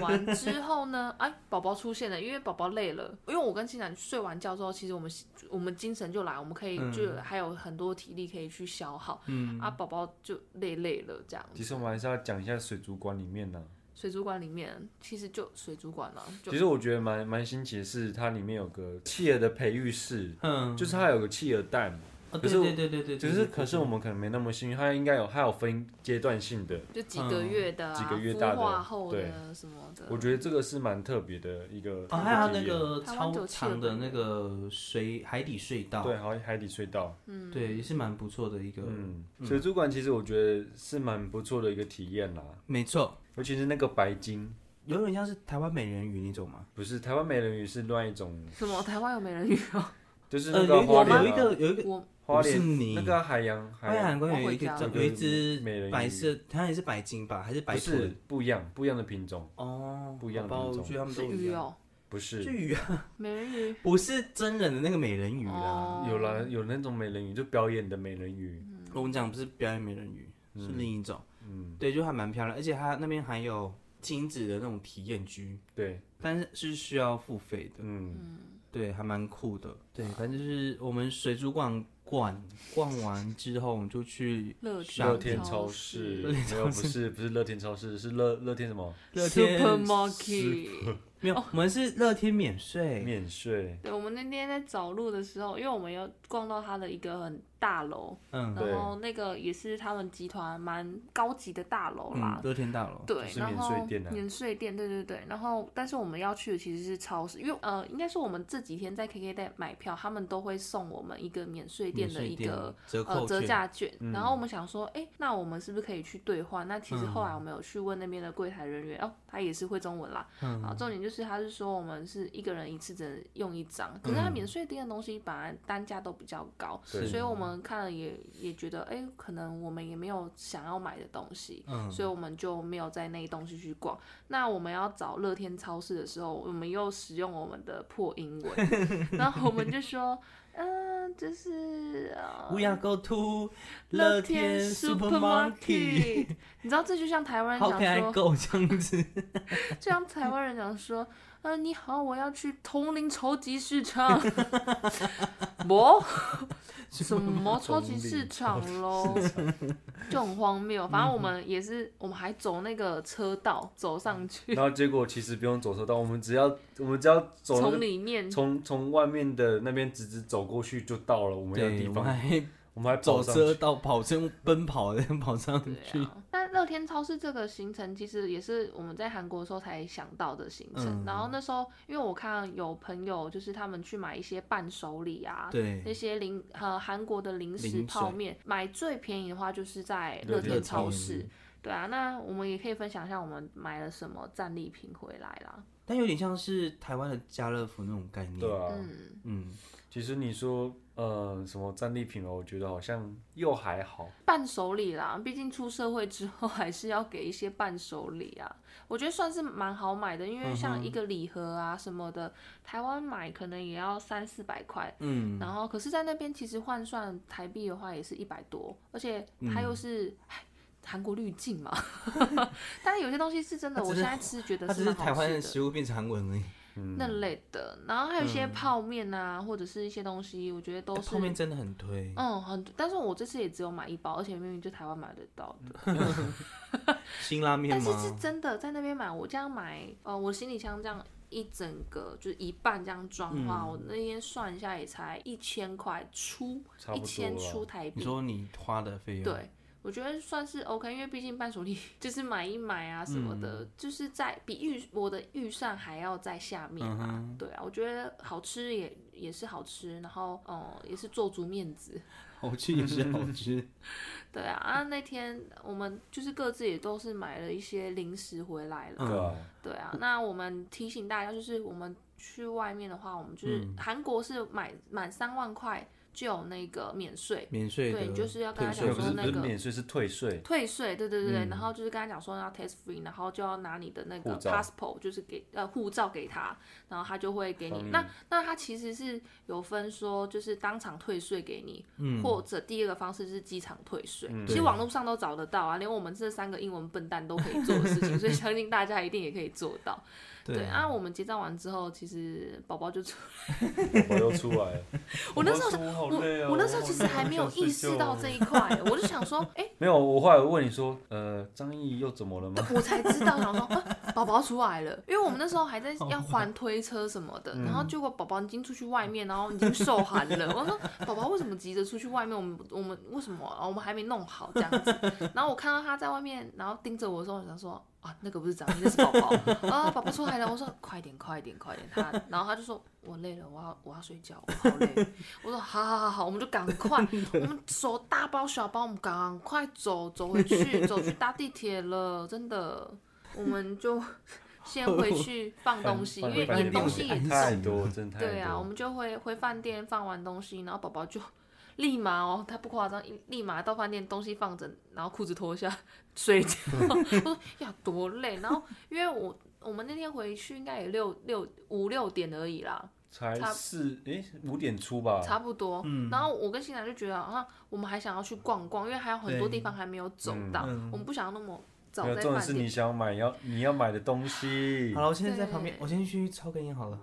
S3: 完之后呢，哎，宝宝出现了，因为宝宝累了，因为我跟青楠睡完觉之后，其实我们我们精神就来，我们可以
S2: 嗯
S3: 就还有很多体力可以去消耗。
S2: 嗯
S3: 啊，宝宝就累累了这样子。
S4: 其实我们还是要讲一下水族馆里面呢、
S3: 水族馆里面其实就水族馆了，就
S4: 其实我觉得蛮蛮新奇的是，它里面有个企鹅的培育室，
S2: 嗯，
S4: 就是它有个企鹅蛋，
S2: 哦
S4: 可
S2: 对
S4: 是我
S2: 对对对对，
S4: 只是可是我们可能没那么幸运，它应该有它有分阶段性的。
S3: 就几个月的、啊
S4: 嗯几个月大
S3: 孵
S4: 的
S3: 化后的什么的。
S4: 我觉得这个是蛮特别的一个
S2: 哦，还有
S4: 一
S2: 那
S4: 体验
S2: 个
S3: 台湾
S2: 超
S3: 九七
S2: 长
S3: 有
S2: 的
S3: 个
S2: 那个水海底隧道，
S4: 对，还有海底隧道，
S3: 嗯
S2: 对，也是蛮不错的一个，
S4: 嗯，水族馆其实我觉得是蛮不错的一个体验啦，
S2: 没错，
S4: 尤其是那个白鲸，
S2: 有点像是台湾美人鱼那种嘛，
S4: 不是台湾美人鱼是另外一种，
S3: 什么台湾有美人鱼哦，
S4: 就是
S2: 呃，
S4: 那
S2: 有
S4: 个
S2: 一
S4: 花
S2: 个
S4: 莲啊、
S2: 有一个有一个，
S3: 我
S4: 花
S2: 不是
S4: 莲
S2: 你
S4: 那个海洋
S2: 海
S4: 洋
S2: 洋公园
S3: 我
S2: 有
S3: 回
S2: 一个
S3: 家
S2: 叫
S3: 了
S2: 有一只
S4: 美人鱼
S2: 白色，它也是白鲸吧，还是白
S4: 不是
S2: 豚？
S4: 不一样，不一样的品种，
S2: 哦，
S4: 不一样的
S2: 好吧我
S4: 品种
S2: 觉得他们
S3: 是
S2: 都一
S3: 鱼
S2: 样。
S3: 哦，
S4: 不
S2: 是
S4: 是。
S2: 鱼啊，
S3: 美人鱼。
S2: 不是真人的那个美人鱼啦。
S3: 哦
S4: 有啦，有那种美人鱼，就表演的美人鱼，
S2: 我们讲不是表演美人鱼，是另一种。
S4: 嗯，
S2: 对，就还蛮漂亮，而且它那边还有亲子的那种体验区，
S4: 对，
S2: 但是是需要付费的。
S4: 嗯，
S2: 对，还蛮酷的。对，反正就是我们水族馆逛逛完之后，我们就去
S3: 乐
S2: 上
S4: 乐
S3: 乐
S4: 天
S3: 天
S4: 超
S3: 超
S4: 市
S3: 市
S4: 没有，不是不是乐天超市，是乐乐天什么
S2: 乐天
S3: Supermarket。
S2: 没有，我们是乐天免税。
S4: 免税，
S3: 对，我们那天在找路的时候，因为我们有逛到它的一个很大楼，
S2: 嗯
S4: 对
S3: 然后那个也是他们集团蛮高级的大楼啦
S2: 嗯，。乐天大楼。
S3: 对，
S4: 就是
S3: 然
S4: 免
S3: 后
S4: 税店啊
S3: 免税店，对对对。然后，但是我们要去的其实是超市，因为呃，应该说我们这几天在 KK 贷买票，他们都会送我们一个免税
S2: 免
S3: 店的
S2: 税
S3: 一个
S2: 折
S3: 呃
S2: 扣
S3: 折
S2: 券，
S3: 价券。然后我们想说，哎，那我们是不是可以去兑换？那其实后来我们有去问那边的柜台人员，哦，他也是会中文啦。
S2: 嗯
S3: 啊，重点就是他是说我们是一个人一次只能用一张，可是他免税店的东西本来单价都比较高，
S4: 对
S3: 所以我们看了也也觉得，哎、可能我们也没有想要买的东西，
S2: 嗯
S3: 所以我们就没有在那一东西去逛。那我们要找乐天超市的时候，我们又使用我们的破 英文，然后我们就说，嗯、就是、呃、
S2: We are go to
S3: 乐
S2: 乐
S3: 天
S2: 天 supermarket。
S3: supermarket，你知道这就像台湾人
S2: How can
S3: 讲
S2: I
S3: 说。
S2: go 这样 子？
S3: 这样台湾人讲说，嗯、你好，我要去通灵超级市 场。么？什么超级市场喽？就很荒谬。反正我们也是，我们还走那个车道走上去，
S4: 然后结果其实不用走车道，我们只要我们只要走那
S3: 从
S4: 个
S3: 里面
S4: 从从外面的那边直直走过去就到了我们要的
S2: 对，
S4: 地
S2: 我们
S4: 方，
S2: 还
S4: 我们还跑
S2: 走
S4: 上
S2: 车
S4: 去
S2: 道跑车奔跑的 跑上去
S3: 对。啊，那乐天超市这个行程其实也是我们在韩国的时候才想到的行程。
S2: 嗯
S3: 然后那时候，因为我看有朋友就是他们去买一些伴手礼啊，
S2: 对
S3: 那些零呃韩国的零食
S2: 零
S3: 泡
S2: 食
S3: 面，买最便宜的话就是在
S4: 乐
S3: 乐
S4: 天
S3: 天
S2: 超
S3: 超
S2: 市
S3: 市。对啊，那我们也可以分享一下我们买了什么战利品回来啦。
S2: 但有点像是台湾的家乐福那种概念。
S4: 对啊，
S3: 嗯，
S2: 嗯，
S4: 其实你说呃什么战利品哦，我觉得好像又还好，
S3: 伴手礼啦，毕竟出社会之后 还是要给一些伴手礼啊。我觉得算是蛮好买的，因为
S2: 嗯
S3: 像
S2: 哼
S3: 一个礼盒啊什么的，台湾买可能也要三四百块，
S2: 嗯，
S3: 然后可是，在那边其实换算台币的话也是一百多，
S2: 嗯
S3: 而且它又是。唉韩国滤 镜嘛，但是有些东西是真的，
S2: 它只
S3: 我
S2: 是
S3: 现在吃觉得
S2: 它只是
S3: 蛮
S2: 台
S3: 好
S2: 湾
S3: 吃
S2: 的
S3: 的。
S2: 食物变成韩文 而已。
S4: 嗯，
S3: 那类的，然后还有一些泡面啊，或者是一些东西，我觉得都
S2: 欸
S3: 是
S2: 泡面真的很推，
S3: 嗯很，但是我这次也只有买一包，而且明明就台湾买得到的，
S2: 辛拉面
S3: 但是是
S2: 吗？
S3: 真的在那边买，我这样买，呃，我行李箱这样一整个就是一半这样装的话，
S2: 嗯
S3: 我那天算一下也才一千块出，
S4: 差不
S3: 一
S2: 啊
S4: 多
S3: 千
S4: 啦
S3: 出台
S2: 你
S3: 币。
S2: 说你花的费用，
S3: 对，我觉得算是 OK，因为毕竟伴手礼就是买一买啊什么
S2: 嗯
S3: 的，就是在比预我的预算还要在下面
S2: 嗯
S3: 嘛。
S2: 哼
S3: 对啊，我觉得好吃也也是好吃，然后哦、也是做足面子。
S2: 好吃也是好 吃，
S3: 对啊，啊那天我们就是各自也都是买了一些零食回来了。
S2: 嗯
S4: 对啊，
S3: 对啊，那我们提醒大家，就是我们去外面的话，我们就是
S2: 嗯
S3: 韩国是买满三万块就有那个免税
S2: 免税
S3: 对
S2: 的，
S3: 你就是要跟他
S2: 退
S3: 讲
S2: 税
S4: 不
S3: 说
S4: 是
S3: 那
S4: 不是
S3: 个
S4: 免税是退税，
S3: 退税，对对对对，
S2: 嗯
S3: 然后就是跟他讲说要 test free，然后就要拿你的那个
S4: 护照
S3: passport，就是给呃护照给他，然后他就会给你。
S4: 帮你
S3: 那那他其实是有分说，就是当场退税给你，
S2: 嗯，
S3: 或者第二个方式是机场退税，
S4: 嗯
S3: 其实
S2: 对
S3: 网络上都找得到啊，连我们这三个英文笨蛋都可以做的事情，所以相信大家一定也可以做到。对啊，我们结账完之后，其实宝宝就出，
S4: 我又出来了。
S3: 我那时候
S4: 说我好
S3: 我
S4: 累哦
S3: 我那时候其实还没有意识到这一块，我就想说，哎、
S4: 没有，我后来问你说，呃，张毅又怎么了吗？
S3: 我才知道，想说啊宝宝出来了，因为我们那时候还在要还推车什么的，
S4: 嗯
S3: 然后结果宝宝已经出去外面，然后已经受寒了。我说宝宝为什么急着出去外面？我们我们为什么啊我们还没弄好这样子？然后我看到他在外面，然后盯着我的时候，我想说啊，那个不是长，那是宝宝啊，宝宝出来了。我说快点，快点，快点，他，然后他就说我累了，我要我要睡觉，我好累。我说好好好好，我们就赶 快，我们手大包小包，我们赶快走走回 去，走去搭地铁了，真的，我们就先回去 放东西，因为
S2: 饭
S3: 因为
S2: 店
S3: 哎东西也
S2: 安
S4: 太
S2: 静
S4: 多，真的太多。
S3: 对啊，我们就回回饭店放完东西，然后宝宝就立马哦，他不夸张，一立马到饭店东西放着，然后裤子脱下睡觉。 我说呀多累，然后因为我我们那天回去应该也六六五六点而已啦，
S4: 才
S3: 差
S4: 四诶五点出吧，
S3: 差不多。
S2: 嗯
S3: 然后我跟新兰就觉得啊，我们还想要去逛逛，因为还有很多
S2: 对
S3: 地方还没有走到，
S2: 嗯
S3: 我们不想要那么早
S4: 没有
S3: 在
S4: 重点
S3: 饭
S4: 是
S3: 店
S4: 你。想买要你要买的东西
S2: 好，了，我现在在旁边，
S3: 对
S2: 我先去抽根烟好了。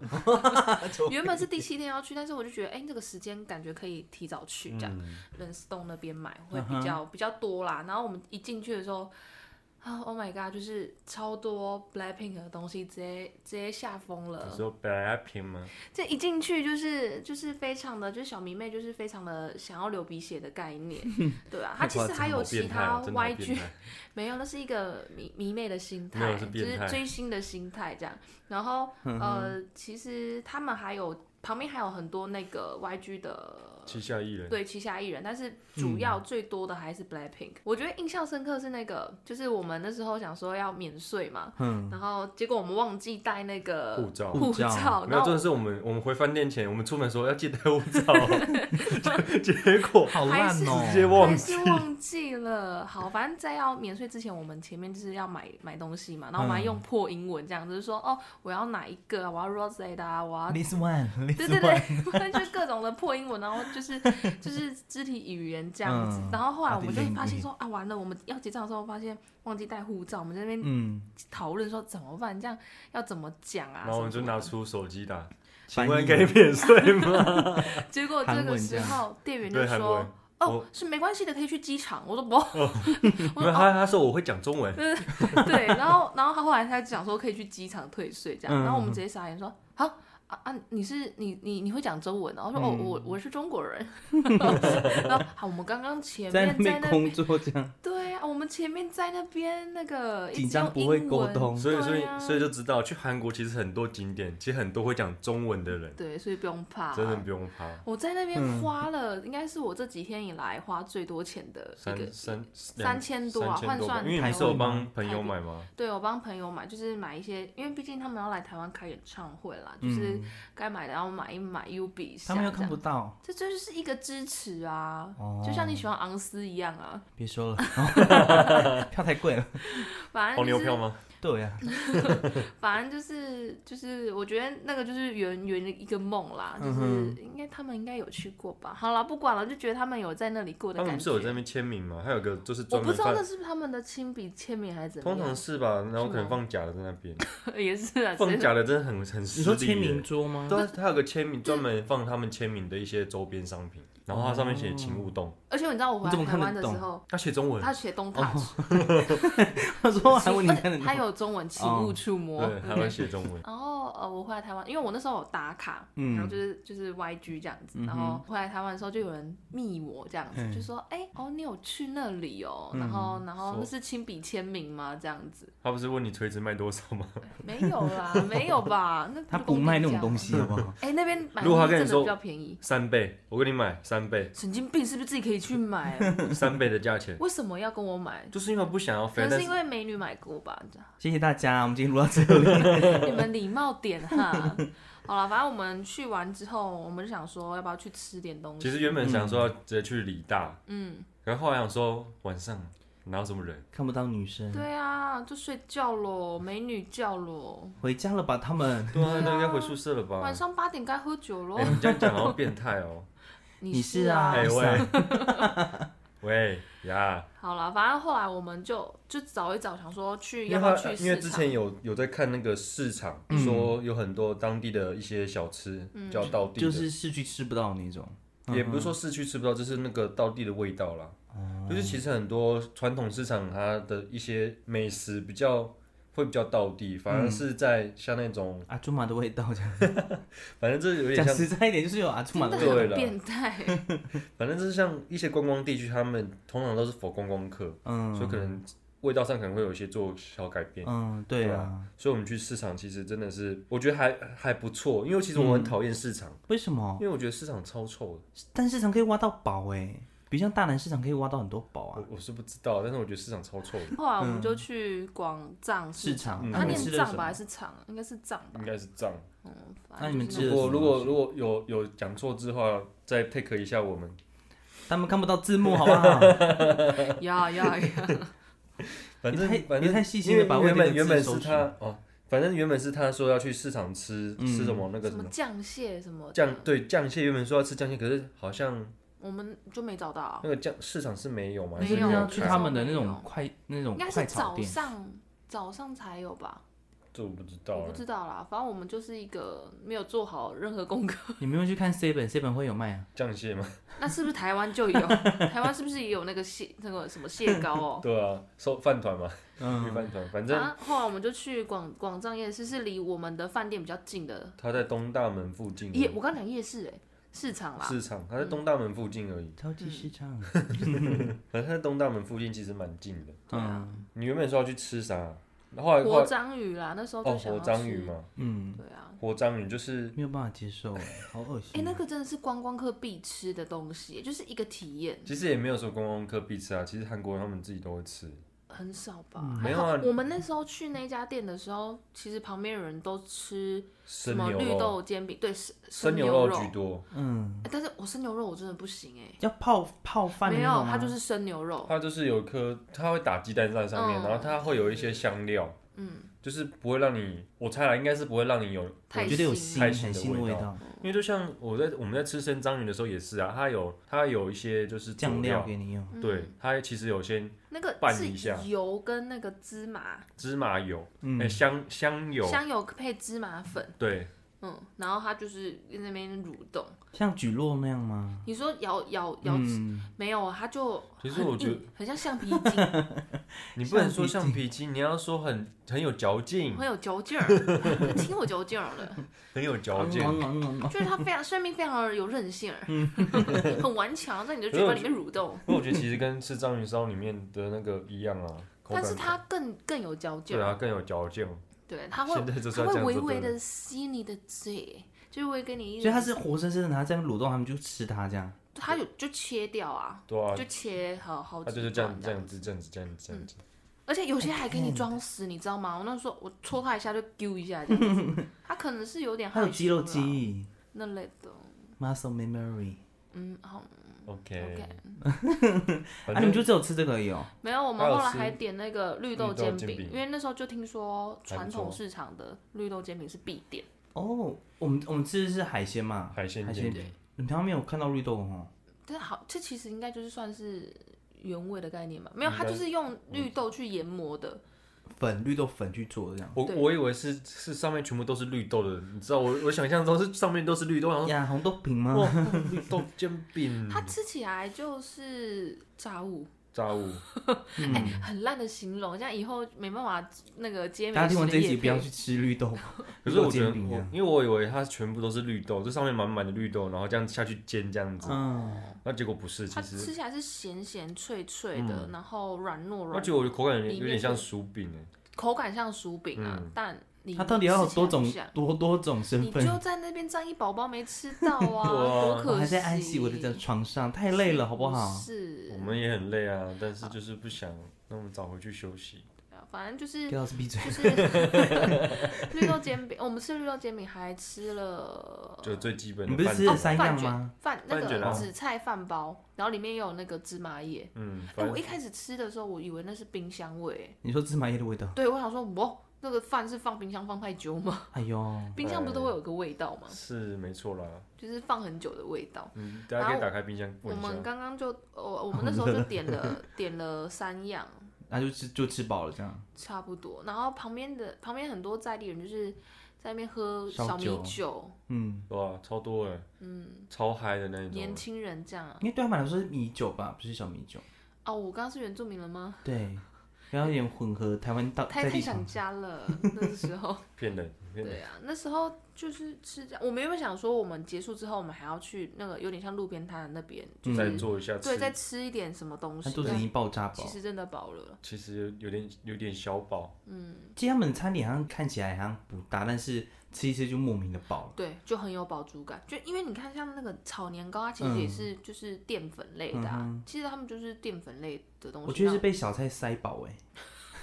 S3: 原 本是第七天要去，但是我就觉得，哎、这个时间感觉可以提早去这样。
S4: 嗯，
S3: 人事洞那边买
S2: 嗯
S3: 会比较、比较多啦。然后我们一进去的时候，啊，Oh my god，就是超多 Blackpink 的东西，直接直接吓疯
S4: 你
S3: 了。
S4: 说本来要平吗？
S3: 这一进去就是就是非常的，就是小迷妹就是非常的想要流鼻血的概 念，对啊，她其实还有其他
S4: 好变态哦真的好
S3: YG
S4: 变态
S3: 没有，那是一个迷迷妹的心
S4: 没
S3: 态，
S4: 有是
S3: 就
S4: 变
S3: 是
S4: 态
S3: 追星的心态这样。然后呃，其实他们还有旁边还有很多那个 YG 的
S4: 旗下艺人，
S3: 对旗下艺人，但是主要最多的还是 Blackpink。我觉得印象深刻是那个，就是我们那时候想说要免税嘛，
S2: 嗯，
S3: 然后结果我们忘记带那个
S4: 护照
S3: 护
S2: 护
S3: 照
S2: 照，
S4: 没
S3: 然
S4: 有，
S3: 后
S4: 真的是我们我们回饭店前，我们出门说要记得护 照，结结果
S2: 好烂哦，
S4: 直接忘
S3: 还
S4: 记
S3: 是忘记了。好，反正在要免税之前，我们前面就是要买买东西嘛，然后我们
S4: 嗯
S3: 还用破英文这样，就是说哦，我要哪一个啊，我要 Rose 啊，我要
S2: This one，
S3: 对对对，反正就各种的破英文，然后就是就是肢体语言这样子。
S2: 嗯
S3: 然后后来我们就
S2: body language
S3: 发现说啊，完了，我们要结账的时候发现忘记带护照，我们在那边
S2: 嗯，
S3: 讨论说怎么办，这样要怎么讲啊？
S4: 然后我们
S3: 什么
S4: 就
S3: 什么
S4: 拿
S3: 的
S4: 出手机打，请
S2: 翻译啊
S4: 问可以免税吗？
S3: 结果这
S2: 韩
S3: 个
S2: 文这
S3: 时
S2: 样
S3: 候店员就
S4: 对，韩
S3: 说
S4: 文。
S3: 哦
S4: 我，
S3: 是没关系的，可以去机场。我说不，我
S4: 没
S3: 说
S4: 有，
S3: 哦，
S4: 他他说我会讲中文，
S3: 对，然后然后他后来他讲说可以去机场退税这样，
S2: 嗯
S3: 然后我们直接傻眼说好啊啊，你是你你你会讲中文哦？然后说哦，
S2: 嗯
S3: 我我是中国人。 然后好，我们刚刚前
S2: 在那
S3: 面在
S2: 边
S3: 那
S2: 工作这样，
S3: 对啊，我们前面在那边那个一直
S2: 紧张
S3: 用
S2: 不会
S3: 英
S2: 沟
S3: 文
S2: 通
S4: 所以所以
S3: 对啊
S4: 所以就知道去韩国其实很多景点，其实很多会讲中文的人，
S3: 对，所以不用怕。啊
S4: 真的不用怕。
S3: 我在那边
S2: 嗯
S3: 花了，应该是我这几天以来花最多钱的一个
S4: 三。三
S3: 三千多啊
S4: 三千
S3: 换算
S4: 吧因为
S2: 台
S4: 你是有
S2: 币
S4: 帮
S2: 吗
S4: 朋友买吗？
S3: 对，我帮朋友买，就是买一些，因为毕竟他们要来台湾开演唱会啦，就是
S2: 嗯，
S3: 该买的要买一买，U B
S2: 他们又看不到，
S3: 这就是一个支持啊，
S2: 哦
S3: 就像你喜欢昂斯一样啊，
S2: 别说了， 票太贵了。
S3: 反
S4: 黄
S3: 正就
S4: 牛票
S3: 是，
S4: 吗？
S2: 对啊呀，
S3: 反正就是就是，我觉得那个就是圆圆的一个梦啦，就
S2: 嗯
S3: 是
S2: 哼
S3: 应该他们应该有去过吧。好了，不管了，就觉得他们有在那里过的
S4: 他们
S3: 感
S4: 不是
S3: 觉。
S4: 有在那边签名吗？还有个就是
S3: 我
S4: 专
S3: 不
S4: 门
S3: 知道
S4: 放
S3: 那，是不是他们的亲笔签名还是怎
S4: 通
S3: 么
S4: 常
S3: 样，
S4: 是吧？然后可
S3: 是吗
S4: 能放假的在那边，
S3: 也 是啊，
S4: 放
S3: 真的
S4: 假的真的很很失
S2: 你
S4: 礼。
S2: 说签名？桌吗？
S4: 对啊，他有个签
S3: 嗯
S4: 名，专门放他们签名的一些周边商品，
S3: 哦
S4: 然后它上面写“请勿动
S3: 而且你知道我回
S2: 你怎
S3: 来
S2: 么
S3: 台
S2: 看得哦
S3: 湾的时候”，。
S4: 他写中文，
S3: 他写东塔，
S2: 他说还问你看得
S3: 他
S2: 到，哦
S3: 有中文，请勿触摸。
S4: 对，他会写中文。
S3: 然后呃，我回来台湾，因为我那时候有打卡，
S2: 嗯
S3: 然后就是就是 YG 这样子，
S2: 嗯哼
S3: 然后回来台湾的时候就有人密我这样子，
S2: 嗯
S3: 就说哎、哦你有去那里哦，
S2: 嗯
S3: 然后然后
S4: 说
S3: 那是亲笔签名吗？这样子
S4: 他不是问你垂直卖多少吗？
S3: 没有啦，没有吧？那
S2: 他不卖那种东
S3: 西。
S2: 西，好不好？
S3: 哎、那边买
S4: 如果他跟
S3: 真
S4: 你
S3: 的
S4: 说
S3: 比较便宜，，
S4: 三倍，我给你买三倍
S3: 神经病是不是自己可以去买 啊？
S4: 三倍的价钱，
S3: 为什么要跟我买？
S4: 就是因为我不想要
S3: 可
S4: 飞，
S3: 能
S4: 但
S3: 是
S4: 是
S3: 因为美女买过吧，这样
S2: 谢谢大家，我们今天录到这里。
S3: 你 们礼貌点哈。好了，反正我们去完之后，我们就想说要不要去吃点东西。
S4: 其实原本想说要直接去理大，
S3: 嗯，
S4: 然后后来想说晚上哪有什么人，
S2: 看不到女生，
S3: 对啊，就睡觉咯，美女觉咯，
S2: 回家了吧？他们，
S4: 对啊，那应该回宿舍了吧
S3: 晚？上八点该喝酒咯
S4: 哎，。你这样讲好像变态 哦。
S3: 你
S2: 是
S3: 啊
S2: 啊，
S4: 哎
S2: 哇
S4: 喂
S2: 塞
S4: 啊 喂呀，
S3: 好了，反正后来我们就就找一找，想说去
S4: 因
S3: 要
S4: 为
S3: 不要
S4: 他
S3: 去
S4: 因为
S3: 市
S4: 之
S3: 场。
S4: 前有有在看那个市场，说有很多当地的一些小吃
S3: 嗯
S4: 叫道地的，
S2: 就是市区吃不到的那种，
S4: 也
S2: 嗯
S4: 不是说市区吃不到，就是那个道地的味道啦。
S2: 哦
S4: 就是其实很多传统市场它的一些美食比较会比较道地，
S2: 嗯
S4: 反而是在像那种，
S2: 阿朱玛的味道，这样
S4: 反正这有点
S2: 讲
S4: 像，
S2: 实在一点，就是有阿朱玛
S3: 真的
S2: 的味道。
S4: 对
S3: 很
S4: 啦
S3: 变态，
S4: 反正就是像一些观光地区，他们通常都是否观光客，所以
S2: 嗯
S4: 可能味道上可能会有一些做小改变。
S2: 嗯，对
S4: 对
S2: 啊，
S4: 所以我们去市场其实真的是，我觉得还还不错，因为其实
S2: 嗯
S4: 我很讨厌市场，
S2: 为什么？
S4: 因为我觉得市场超臭的。
S2: 但市场可以挖到宝哎，比如像大南市场可以挖到很多宝啊
S4: 我。我是不知道，但是我觉得市场超臭的，
S3: 后来我们就去广藏
S2: 嗯市
S3: 场，
S2: 场，
S4: 嗯
S2: 那
S3: 他
S2: 你
S3: 念
S2: 们吃了
S3: 藏
S2: 什
S3: 吧还
S2: 么？
S3: 是场？应该是藏吧
S4: 应。该是脏。
S3: 嗯，反
S2: 那
S3: 正
S2: 你们
S3: 就
S2: 吃
S3: 是
S2: 了
S4: 如果
S2: 什么
S4: 如果如果有有讲错字的话，再 take 一下我们。
S2: 他们看不到字幕，好不好？
S3: 呀呀呀！
S4: 反正
S2: 你太
S4: 反
S2: 你
S4: 正
S2: 太细心了吧
S4: 因为原
S2: 为了
S4: 本
S2: 那个
S4: 原本
S2: 字
S4: 是
S2: 搜
S4: 他哦，反正原本是他说要去市场吃、
S2: 嗯
S4: 吃什么那个
S3: 什
S4: 什
S3: 么
S4: 么
S3: 酱蟹什么的
S4: 酱，对酱蟹，原本说要吃酱蟹，可是好像
S3: 我们就没找到 啊，
S4: 那个酱市场是没有嘛，
S3: 没
S2: 是
S3: 有
S2: 不是要去
S4: 还
S2: 他们的那
S3: 没
S2: 种
S3: 有
S2: 快那
S3: 应
S2: 种
S3: 该
S2: 快
S3: 是
S2: 炒
S3: 早
S2: 店？
S3: 上早上才有吧，
S4: 这我不知道
S3: 我
S4: 啊
S3: 不，知道啦。反正我们就是一个没有做好任何功课，
S2: 你们有没有去看 seven？seven 会有卖啊？
S4: 酱蟹嘛，
S3: 那是不是台湾 就有？台湾是不是也有那个蟹那个什么蟹膏哦？
S4: 对啊，收饭团嘛，去
S2: 嗯，
S4: 饭团，反正
S3: 啊，后来我们就去广广藏夜市，是离我们的饭店比较近的
S4: 他在东大门附近
S3: 夜。我刚讲夜市哎、市场啦，
S4: 嗯
S3: 嗯
S4: 市场，他在东大门附近而已，
S2: 超级市场，
S4: 反正他在东大门附近其实蛮近的。
S3: 对啊
S2: 嗯
S4: 你原本说要去吃啥，后来后
S3: 活
S4: 来
S3: 章鱼啦，那时候
S4: 哦
S3: 就想
S4: 活
S3: 要
S4: 章鱼
S3: 吃
S4: 嘛，，
S2: 嗯，
S3: 对啊。
S4: 活章鱼就是
S2: 没有办法接 受哎，好恶
S3: 哎、
S2: 心
S3: 那
S2: 啊。
S3: 个真的是观光客必吃的东西，就是一个体验。
S4: 其实也没有说观光客必吃啊，其实韩国人他们自己都会吃。
S3: 很少吧？
S2: 嗯
S3: 还
S4: 没有
S3: 好
S4: 啊
S3: 我们那时候去那家店的时候，其实旁边的人都吃什
S4: 生
S3: 么
S4: 牛
S3: 绿
S4: 肉，
S3: 豆煎饼，对，生
S4: 生
S3: 牛
S4: 牛肉居多，
S2: 嗯，
S3: 哎但是我生牛肉我真的不行哎、
S2: 要泡泡饭的
S3: 没
S2: 那
S3: 有
S2: 种，吗
S3: 它就是生牛肉，
S4: 它就是有一颗，它会打鸡蛋在上面，
S3: 哦嗯
S4: 然后它会有一些香料，嗯，就是不会让你，我猜啦，应该是不会让你有，
S3: 太
S2: 我觉得有
S3: 腥
S2: 腥，
S4: 了
S2: 很腥的味道，
S4: 因为就像我在我们在吃生章鱼的时候也是啊，它有它有一些就是佐
S2: 酱料
S4: 料，
S2: 给你用。
S3: 嗯
S4: 对，它其实有些
S3: 那个
S4: 拌一下
S3: 是油跟那个芝麻，
S4: 芝麻油，
S2: 嗯
S4: 哎、香香油，
S3: 香油配芝麻粉，
S4: 对，
S3: 嗯，然后它就是在那边蠕动。
S2: 像蒟蒻那样吗？
S3: 你说咬咬咬，
S2: 嗯，
S3: 没有，它就
S4: 其
S3: 很
S4: 实我觉得
S3: 硬，很像橡皮 筋，
S4: 你不
S2: 橡
S4: 能
S2: 皮
S4: 说橡皮筋，你要说很很有嚼劲，
S3: 很有嚼劲儿， 挺有嚼劲儿的。
S4: 很有嚼劲。
S2: 嗯嗯嗯嗯
S3: 就是它非常生命非常的有韧 性儿，
S4: 嗯
S3: 很顽强，在你的嘴巴里面蠕动，
S4: 因为我觉得其实跟吃章鱼烧里面的那个 一样啊，口
S3: 但
S4: 感
S3: 是它更更有嚼劲
S4: 对
S3: 儿，
S4: 啊更有嚼劲。
S3: 对，它会
S4: 现在就是
S3: 它
S4: 要这
S3: 会
S4: 样
S3: 微
S4: 做
S3: 微
S4: 对了
S3: 的吸你的嘴，就是会跟你一直，
S2: 所以它是活生生的，然后这样蠕动，他们就吃它这样。
S3: 它有就切掉啊，
S4: 对啊
S3: 就，切好好
S4: 它
S3: 几
S4: 就是这样
S3: 段
S4: 子这样子这样子这样子这样
S3: 嗯
S4: 子，
S3: 而且有些还给你装死，你知道吗？我那时候我戳它一下就丢一下这样 子，它可能是有点
S2: 它
S3: 害
S2: 有
S3: 羞
S2: 肌肉
S3: 啦
S2: 记忆
S3: 那类的，
S2: ，muscle memory。
S3: 嗯，好
S4: OK，
S3: ，OK，
S4: 反
S2: 啊，你们
S4: 正
S2: 就只有吃这个而已哦。
S3: 没有，我们
S4: 还有
S3: 后来
S4: 吃
S3: 还点那个绿豆
S4: 绿豆
S3: 煎
S4: 煎
S3: 饼，
S4: 饼
S3: 因为那时候就听说
S4: 还不
S3: 传统
S4: 错
S3: 市场的绿豆煎饼是必点。
S2: 哦，我们我们吃的是海鲜嘛，
S4: 海鲜
S2: 海
S4: 煎
S2: 鲜
S4: 饼
S2: 饼。你平常没有看到绿豆哦？
S3: 但好，这其实应该就是算是原味的概念吧？没有，
S4: 应
S3: 它
S4: 该
S3: 就是用绿豆去研磨的。
S2: 粉绿豆粉去做这样。
S4: 我
S3: 对
S4: 我以为是是上面全部都是绿豆的，你知道我我想象中是上面都是绿豆，然后
S2: 呀，红豆饼吗？ 嗯
S4: 哇绿豆煎饼，
S3: 它吃起来就是炸物，
S4: 炸物，
S3: 很烂的形容，这样以后没办法那个接
S2: 大家
S3: 美食
S2: 听
S3: 的
S2: 完这一集
S3: 业
S2: 不要
S3: 配
S2: 去吃绿豆，
S4: 可是我觉得
S2: 煎饼
S4: 我
S2: 这样
S4: 因为我以为它全部都是绿豆，这上面满满的绿豆，然后这样下去煎这样子，
S2: 嗯，
S4: 那结果不是，其
S3: 它吃
S4: 实
S3: 起来是咸咸脆脆的，
S2: 嗯
S3: 然后软糯软，
S4: 而且我的口感有
S3: 里
S4: 点
S3: 面
S4: 有点像薯饼哎。
S3: 口感像薯饼啊，但你
S2: 嗯他到底要有多种
S3: 吃起来不像
S2: 多多种身
S3: 你
S2: 份？
S3: 就在那边占一宝宝没吃到啊，
S4: 对
S3: 多
S4: 啊
S2: 我
S3: 可惜！
S2: 还在安息我的在床上，太累了，好不好？
S3: 是
S4: 我，们也很累啊，但是就是不想，那我们早回去休息。
S3: 反正就是
S2: 给老师闭嘴！
S3: 就是绿豆煎饼，哦我们吃绿豆煎饼还吃了哦
S4: 就最基本的。
S2: 你不是吃了三样吗？
S3: 饭那
S4: 饭卷
S3: 个
S4: 啊
S3: 紫菜饭包，然后里面也有那个芝麻叶。
S4: 嗯，
S3: 哎、
S4: 反
S3: 我
S4: 正
S3: 一开始吃的时候，我以为那是冰箱味，
S2: 你说芝麻叶的味道？
S3: 对我想说，哇，那个饭是放冰箱放太久吗？
S2: 哎呦，
S3: 冰箱不是都会有个味道吗？
S4: 是没错啦。
S3: 就是放很久的味道。
S4: 嗯，大家可以打开冰箱
S3: 我
S4: 闻一
S3: 们
S4: 下。
S3: 刚刚就，哦我 我们那时候就点了点了三样，
S2: 那就吃就吃饱了这样。
S3: 差不多。然后旁边的旁边很多在地人就是在那边喝
S2: 烧
S3: 小米
S2: 酒
S3: 酒，
S2: 嗯，
S4: 哇，超多哎，嗯，超嗨的那一
S3: 年
S4: 种。
S3: 轻人这样啊。
S2: 因为对他们来说是米酒吧，不是小米酒。
S3: 哦，我刚刚是原住民了吗？
S2: 对，不要有点混合台湾到
S3: 太
S2: 啊在
S3: 太
S2: 地
S3: 想
S2: 场。
S3: 家了，那时 候。
S4: 骗人，骗人。
S3: 对啊，那时候就是吃这样。我们原本想说，我们结束之后，我们还要去那个有点像路边摊那边，就
S4: 再
S2: 嗯
S3: 是、
S4: 做一下吃
S3: 对，，再吃一点什么东
S2: 他
S3: 西。
S2: 肚子已
S3: 但
S2: 经爆炸饱
S3: 其，实真的饱了，
S4: 其实有有点有点小饱。
S2: 其实他们的餐点好像看起来好像不大，但是吃一吃就莫名的饱了。
S3: 对，就很有饱足感。就因为你看，像那个炒年糕，它啊其实
S2: 嗯
S3: 也是就是淀粉类的、啊，其实他们就是淀粉类的东西。
S2: 我觉得是被小菜塞饱哎、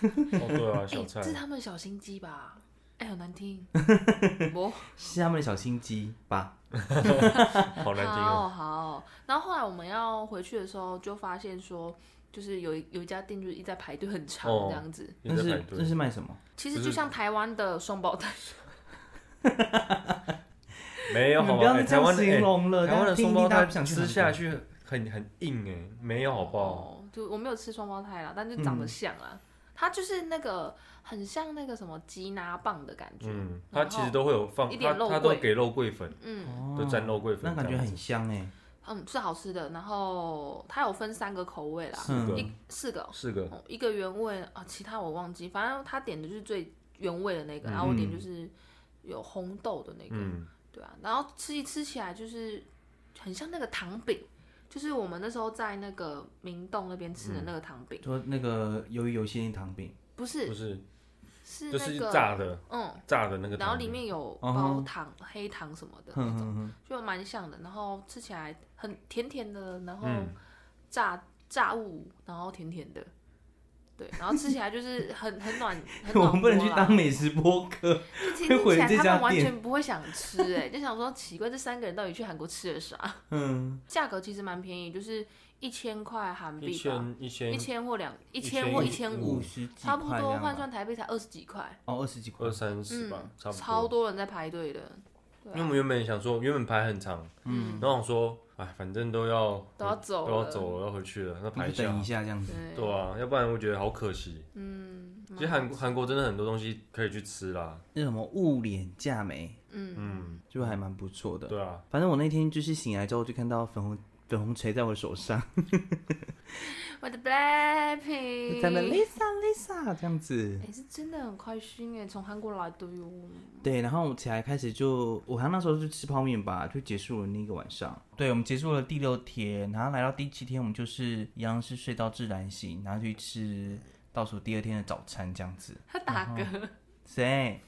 S4: 哦，对啊，
S3: 那
S4: 小
S3: 哎、
S4: 菜
S3: 这是他们的小心机吧？哎、很难 听，我
S2: 是他们的小心机吧？
S4: 好难听哦。
S3: 好好，然后后来我们要回去的时候，就发现说，就是有一有一家店就是一直在排队很长
S4: 哦
S3: 这样子。
S4: 也
S2: 那
S4: 在
S2: 是
S4: 排
S2: 那
S4: 队，
S2: 是卖什么？
S3: 其实
S4: 不
S3: 就是像台湾的双胞胎，
S4: 没有
S2: 你
S4: 好
S2: 们不
S4: 吧？
S2: 要
S4: 哎
S2: 这
S4: 台湾
S2: 样
S4: 的
S2: 形
S4: 哎
S2: 容了，
S4: 台湾
S2: 大家
S4: 的
S2: 听一
S4: 双胞
S2: 听大家
S4: 胎
S2: 不想去
S4: 吃
S2: 韩
S4: 下
S2: 国
S4: 去很很硬哎，没有好嗯不好？
S3: 哦，就我没有吃双胞胎啦，但就长得像啊。它就是那个很像那个什么吉拿棒的感觉，
S4: 嗯，它
S3: 然后
S4: 其实都会有放，
S3: 一
S4: 它
S3: 点肉
S4: 它都
S3: 桂
S4: 给肉桂粉，
S3: 嗯
S2: 哦
S4: 都沾肉桂粉这
S2: 那
S4: 样子，
S2: 感觉很香哎、
S3: 嗯是好吃的。然后它有分三个口味啦，
S4: 四个
S3: 一四个哦，
S4: 四个
S3: 哦一个原味啊，其他我忘记，反正他点的就是最原味的那个，然后我点就是有红豆的那个，
S4: 嗯，
S3: 对啊，然后吃一吃起来就是很像那个糖饼，就是我们那时候在那个明洞那边吃的那个糖饼，
S2: 说那个鱿鱼油鲜糖饼，
S3: 不
S4: 不
S3: 是
S4: 是，
S3: 是
S4: 就
S3: 那
S4: 是
S3: 个
S4: 炸的
S3: 嗯，
S4: 炸的那个
S3: 然后
S4: 糖
S3: 里
S4: 饼，
S3: 面有
S2: 嗯
S3: 包
S2: 哼嗯
S3: 糖、黑糖什么的那
S2: 哼
S3: 种，
S2: 哼哼，
S3: 就蛮像的，然后吃起来很甜甜的，然后
S4: 嗯
S3: 炸、炸物，然后甜甜的。对，然后吃起来就是很很暖，很
S2: 我
S3: 暖
S2: 们不能去
S3: 和啊啦
S2: 当美食播客，
S3: 就
S2: 会
S3: 听听
S2: 毁
S3: 起来
S2: 这
S3: 他
S2: 家
S3: 们完
S2: 店
S3: 全不会想吃、哎，就想说奇怪，这三个人到底去韩国吃了啥？
S2: 嗯，
S3: 价格其实蛮便宜，就是一千块韩
S4: 一
S3: 币吧，
S4: 千一
S3: 一
S4: 千
S3: 千或两一
S4: 一
S3: 千
S4: 千
S3: 或
S4: 一
S3: 一千五，
S2: 五十几
S3: 差不
S2: 块这
S3: 多
S2: 样吧
S3: 换算台币才二十几块，
S2: 哦二十几块
S4: 二，三十吧
S3: 嗯，，
S4: 差不
S3: 超
S4: 多。
S3: 多人在排队的，对啊
S4: 因为我们原本想说，原本排很长，
S3: 嗯，
S4: 然后我说，哎，反正都要
S3: 都要
S4: 都
S3: 走
S4: 要
S3: 了，
S4: 走了，要回去了，那排
S2: 你就等一下这样子，
S3: 对
S4: 对啊，要不然我觉得好可惜。
S3: 嗯，
S4: 其实韩韩国真的很多东西可以去吃啦，
S2: 那什么物廉价美，
S3: 嗯，
S4: 嗯，
S2: 就还蛮不错的。
S4: 对啊，
S2: 反正我那天就是醒来之后就看到粉红粉红锤在我手上，
S3: 我的 Blackpink，
S2: 在那 Lisa Lisa 这样子。
S3: 哎、是真的很开心哎，从韩国来的哟，
S2: 对，然后我起来开始就，我好像那时候就吃泡面吧，就结束了那个晚上。对，我们结束了第六天，然后来到第七天，我们就是一样是睡到自然醒，然后去吃倒数第二天的早餐这样子。
S3: 他打
S2: 嗯
S3: 嗝。
S2: 谁？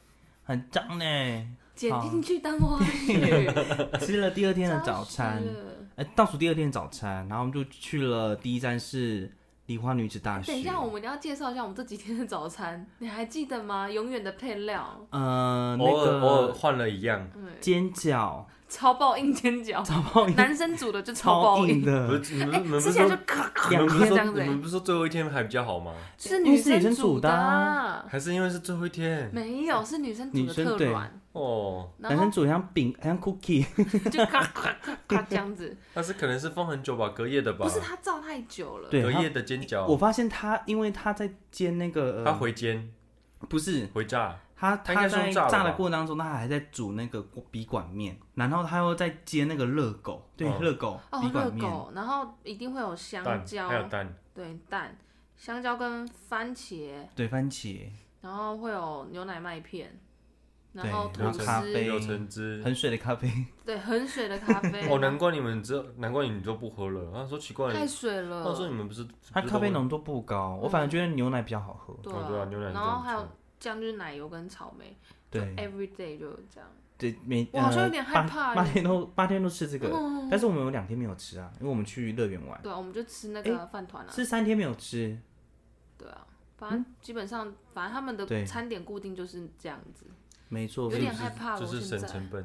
S2: 很脏 呢，
S3: 剪进去当花絮，
S2: 吃了第二 天的
S3: 超
S2: 早餐
S3: 时，了
S2: 呃，倒数第二天的早餐，然后我们就去了第一站是梨花女子大学。
S3: 哎等一下，我们要介绍一下我们这几天的早餐， 你还记得吗？永远的配料，
S2: 呃，那
S4: 偶尔偶尔
S2: 个
S4: 换了一样，
S3: 嗯，
S2: 煎饺
S3: 超爆硬煎饺，
S2: 超爆硬，
S3: 男生煮的 就超
S2: 超
S3: 爆
S2: 硬
S3: 硬，
S4: 不
S2: 的，
S4: 是你们你
S3: 吃
S4: 们不是
S3: 起来就
S4: 说
S3: 咔咔
S4: 你们不是
S3: 这
S4: 说
S3: 样子
S4: 你们
S3: 欸，
S4: 不是说最后一天还比 较好吗？
S3: 是
S2: 嗯因为
S3: 女
S2: 是女生煮
S3: 煮
S2: 的
S3: 的
S2: 啊
S3: 啊，
S4: 还是因为是最后一天
S3: 没有，是女生煮
S2: 女
S3: 的
S2: 生
S3: 特
S2: 对
S3: 软，
S4: 哦？
S3: 然
S2: 男
S3: 后
S2: 生煮像饼，像 cookie，
S3: 就咔咔咔咔这样 子，
S4: 但是可能是放很久吧，隔夜的吧
S3: 不，是它照太久了，
S2: 对
S4: 隔
S2: 它
S4: 夜的煎
S2: 我
S4: 饺，
S2: 哦
S3: 嗯
S2: 发现他，因为他在煎那个，呃
S4: 它回煎
S2: 不是
S4: 回炸，
S2: 他他
S4: 它应该是
S2: 在
S4: 用炸的
S2: 炸的
S4: 吧
S2: 过程当中，他还在煮那个笔管面，然后他又在煎那个热狗，对，
S4: 哦
S2: 热狗
S3: 哦
S2: 笔，
S3: 热
S2: 管面，
S3: 狗，然后一定会有香
S4: 蛋
S3: 蕉
S4: 还，有蛋，
S3: 对蛋，香蕉跟番茄，
S2: 对，番茄，
S3: 然后会有牛奶麦片，
S2: 对
S3: 然后
S2: 然
S3: 吐
S4: 有
S2: 后咖
S3: 司，
S2: 啡
S4: 有橙汁。
S2: 很水的咖啡，
S3: 对，很水的咖啡，
S4: 哦，难怪你们这，难怪你都不喝了。他说奇怪，
S3: 太水
S4: 他
S3: 了，
S4: 说你们不是，
S2: 它
S4: 不是
S2: 咖啡
S4: 都会
S2: 浓度不高，我反而觉得牛奶比较好喝。
S3: 对
S4: 哦对啊牛奶是
S3: 然
S4: 这
S3: 后
S4: 样
S3: 还有
S4: 子
S3: 酱就是奶油跟草莓，
S2: 对
S3: ，every day 就这样。
S2: 对，每
S3: 哎我好像有点害怕
S2: 呃、八
S3: 耶
S2: 八天都八天都吃这个，
S3: 嗯
S2: 但是我们有两天没有吃啊，因为我们去乐园玩，
S3: 对啊，我们就吃那个饭团啊，
S2: 是三天没有吃。
S3: 对啊，反正基本上，反正他们
S2: 对
S3: 的餐点固定就是这样子，
S2: 没错，
S3: 有
S2: 所以
S3: 点害怕了。
S4: 就
S3: 我
S4: 是
S3: 现
S4: 省
S3: 在
S4: 成本。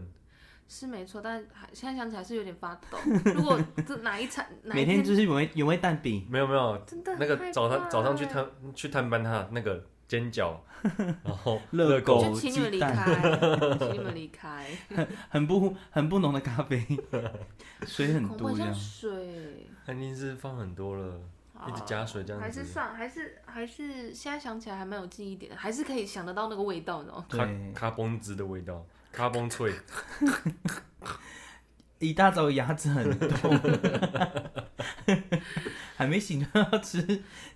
S3: 是没错，但还现在想起来是有点发抖。如果这哪一餐哪
S2: 每
S3: 一
S2: 天就是原味原味蛋饼，
S4: 没有没有，
S3: 真的很
S4: 那
S3: 害
S4: 个早
S3: 怕
S4: 上早上去
S3: 欸
S4: 探去探班他那个煎饺，然后
S2: 热狗
S3: 就请你们离开，请你们离开，
S2: 很不 很不浓的咖啡，水很
S3: 恐怖
S2: 多
S3: 很
S2: 这
S3: 像
S2: 样。
S3: 水，
S4: 肯定是放很多了，一直
S3: 啊
S4: 加水这样
S3: 还是
S4: 子。
S3: 上还是还是现在想起来还蛮有记忆点的，还是可以想得到那个味道呢。
S4: 咖
S2: 对，
S4: 咖嘣汁的味道，咖嘣脆，
S2: 一大早牙齿很痛， 还没醒就要吃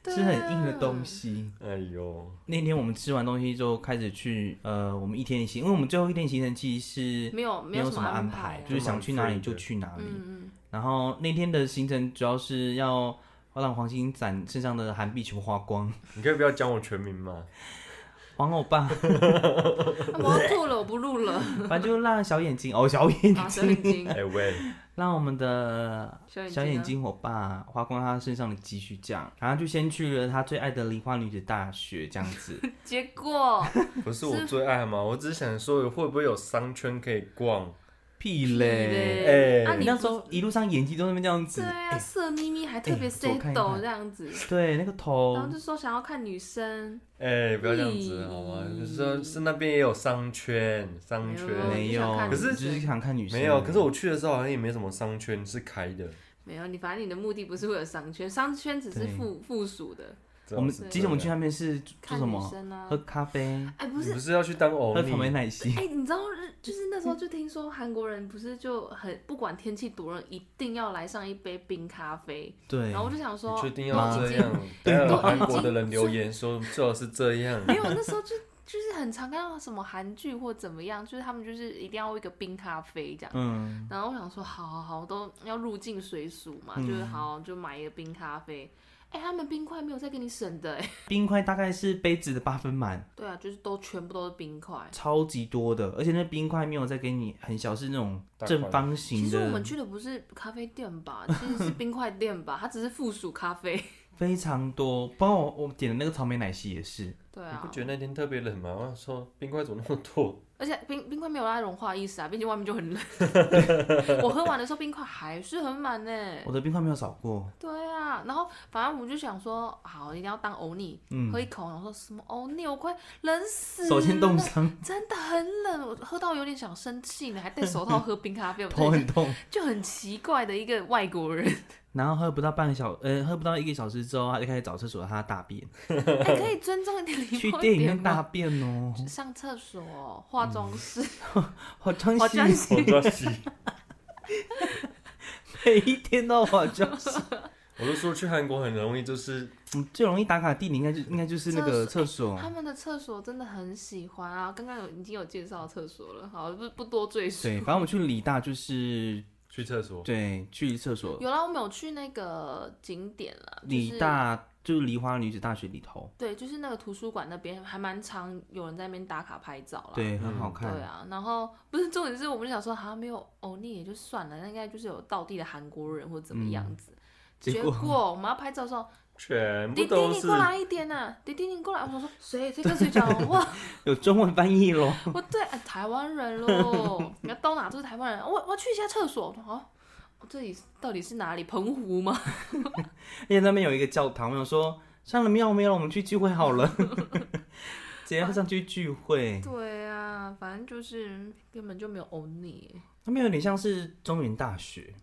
S3: 对啊
S2: 吃很硬的东西。
S4: 哎呦，
S2: 那天我们吃完东西之后，开始去呃，我们一天一行，因为我们最后一天行程其实是
S3: 没有
S2: 没
S3: 有
S2: 什
S3: 么
S2: 安
S3: 排啊，嗯
S2: 就是想去哪里就去哪里。然后那天的行程主要是要让黄星展身上的韩币全部花光，
S4: 你可以不要讲我全名嘛？
S2: 黄欧巴，
S3: 啊我要吐了，我不录了。
S2: 反正就让小眼睛哦，小眼
S3: 啊，小
S2: 睛，
S3: 眼睛，
S4: 哎喂，
S2: 让我们的
S3: 小眼睛，啊
S2: 小眼，睛我爸花光他身上的积蓄，这样，然后就先去了他最爱的梨花女子大学，这样 子。
S3: 结果
S4: 不是我最爱嘛，我只是想说会不会有商圈可以逛？
S2: 屁嘞！
S3: 嘞
S4: 哎
S3: 啊，你
S2: 那
S3: 不
S2: 时候一路上眼睛都在那边这样子
S3: 对，啊，色眯眯还特别
S2: 哎左看哦
S3: say
S2: 一
S3: 抖
S2: 看
S3: 这样子，
S2: 对，那个头
S3: 然后就说想要看女生，
S4: 哎，不要这样子好吗？就是说是那边也有商圈，商圈
S2: 没有，
S4: 可是
S2: 就是想看
S3: 啊
S2: 女生，
S4: 没有，可是我去的时候好像也没什么商圈是开的。
S3: 没有你，反正你的目的不是为了商圈，商圈只是
S2: 对
S3: 附附属的，
S4: 这
S2: 我们
S4: 样子
S2: 其实我们去那啊边是做
S3: 看
S2: 什
S3: 女
S2: 么？
S3: 生啊
S2: 喝。咖啡，
S3: 哎，不
S4: 你
S3: 是
S4: 不，是要去当
S2: 喝
S4: 偶
S2: 草莓
S4: 尼？
S2: 奶昔。
S3: 哎，你知道日，就是那时候就听说韩国人不是就很不管天气多热，一定要来上一杯冰咖啡，
S2: 对
S3: 然，后我就想说
S4: 你确，定
S2: 妈
S4: 要这样？ 还
S2: 对
S4: 有
S3: 都
S4: 韩
S3: 已
S4: 国的
S3: 经
S4: 人留言说最好是这样。
S3: 没有，啊那时候就就是很常看到什么韩剧或怎么样，就是他们就是一定要一个冰咖啡这样。
S2: 嗯，
S3: 然后我想说，好好好，都要入境随俗嘛，就是
S4: 嗯
S3: 好就买一个冰咖啡。哎、他们冰块没有再给你省的、哎。
S2: 冰块大概是杯子的八分满，
S3: 对啊，就是都全部都是冰块。
S2: 超级多的，而且那冰块没有再给你很小，是那种
S4: 大块的
S2: 正方
S3: 其
S2: 形
S3: 实我们
S2: 的，
S3: 去的不是咖啡店吧，其实是冰块店吧，它只是附属咖啡。
S2: 非常多。包括我我点的那个草莓奶昔也是，
S3: 对
S4: 你不
S3: 啊，
S4: 觉得那天特别冷吗？我说冰块怎么那么多？
S3: 而且冰冰块没有它融化的意思啊，毕竟外面就很冷。 我喝完的时候冰块还是很满呢、
S2: 我的冰块没有少过。
S3: 对啊，然后反正我就想说，好，一定要当欧尼，
S2: 嗯
S3: 喝一口，然后说什么欧尼，我快冷死了，
S2: 手先冻伤，
S3: 真的很冷，我喝到有点想生气呢，还戴手套喝冰咖 啡，我
S2: 头
S3: 真
S2: 很
S3: 的
S2: 痛。
S3: 是就很奇怪的一个外 国人。
S2: 然后喝不到半个小，呃，喝不到一个小时之后，他就开始找厕所，他大便，
S3: 哎，可以尊重一点
S2: 去
S3: 礼貌
S2: 电
S3: 一
S2: 影
S3: 点
S2: 院大
S3: 吗？
S2: 便 哦，
S3: 上厕所、化妆室，
S2: 化妆
S3: 化妆
S2: 师
S3: 室，
S4: 要洗。
S2: 每一天都化妆师，
S4: 我就说去韩国很容易，就是
S2: 嗯 最容易打卡地点应该就应该就是那个厕所
S3: 他，们的厕所真的很喜欢啊。刚刚有已经有介绍厕所了，好，不不多赘述。
S2: 对，反正我们去理大就是
S4: 去厕所。
S2: 对去厕所，
S3: 有啦，我们有去那个景点啦，就是
S2: 理大就是梨花女子大学里头，
S3: 对，就是那个图书馆那边还蛮常有人在那边打卡拍照啦。
S2: 对，
S4: 嗯
S2: 很好
S3: 对
S2: 看，
S3: 啊，然后不是重点是，我们就想说好像没有欧尼也就算了，那应该就是有道地的韩国人或怎么样子。
S2: 结
S3: 结
S2: 果
S3: 果我们要拍照的时候，
S4: 全部
S3: 弟弟
S4: 都
S3: 你
S4: 是
S3: 过来一点呐、啊，弟弟你过来，我想说谁谁跟谁讲哇，
S2: 有中文翻译咯。
S3: 我对、哎台湾人喽，你要到哪都是台湾人，我我要去一下厕所，哦，这里到底是哪里？澎湖吗？
S2: 而且那边有一个教堂，我想说上了庙没有，我们去聚会好了，直接上去聚会，
S3: 对啊，反正就是根本就没有欧尼，
S2: 那边有点像是中原大学，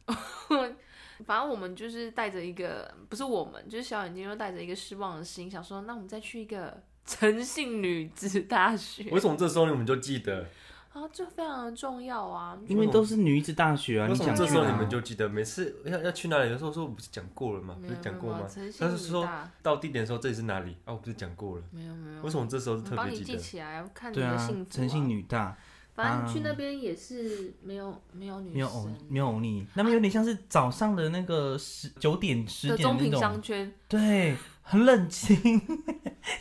S3: 反正我们就是带着一个，不是我们，就是小眼睛又带着一个失望的心，想说那我们再去一个诚信女子大学
S4: 为什么这时候你们就记得？
S3: 啊，这非常的重要啊。
S2: 因为都是女子大学啊，
S4: 为
S2: 你
S4: 什么
S2: 想
S4: 这
S2: 去
S4: 时候你
S2: 哪
S4: 们？就记得？每次要要去哪里的时候，说我不是讲过了吗？
S3: 没
S4: 哦
S3: 有
S4: 不是讲过
S3: 没有
S4: 吗？
S3: 诚信
S4: 但是
S3: 女
S4: 说
S3: 大，
S4: 到地点的时候，这里是哪里啊？我不是讲过了？
S3: 没有没有，
S4: 为什么这时候
S3: 哦我
S4: 是特
S3: 帮
S4: 别
S3: 你
S4: 记
S3: 记
S4: 得？
S3: 起来，要看你
S2: 对
S3: 的
S2: 啊
S3: 幸福、，
S2: 诚信，女大
S3: 反正去那
S4: 啊
S3: 边也是没有没有女生
S2: 没有
S4: 哦
S2: 偶没有偶你，那么有点像是早上的那个十九点十
S3: 的
S2: 点
S3: 中
S2: 的那
S3: 平
S2: 种
S3: 商，圈
S2: 对，很冷清。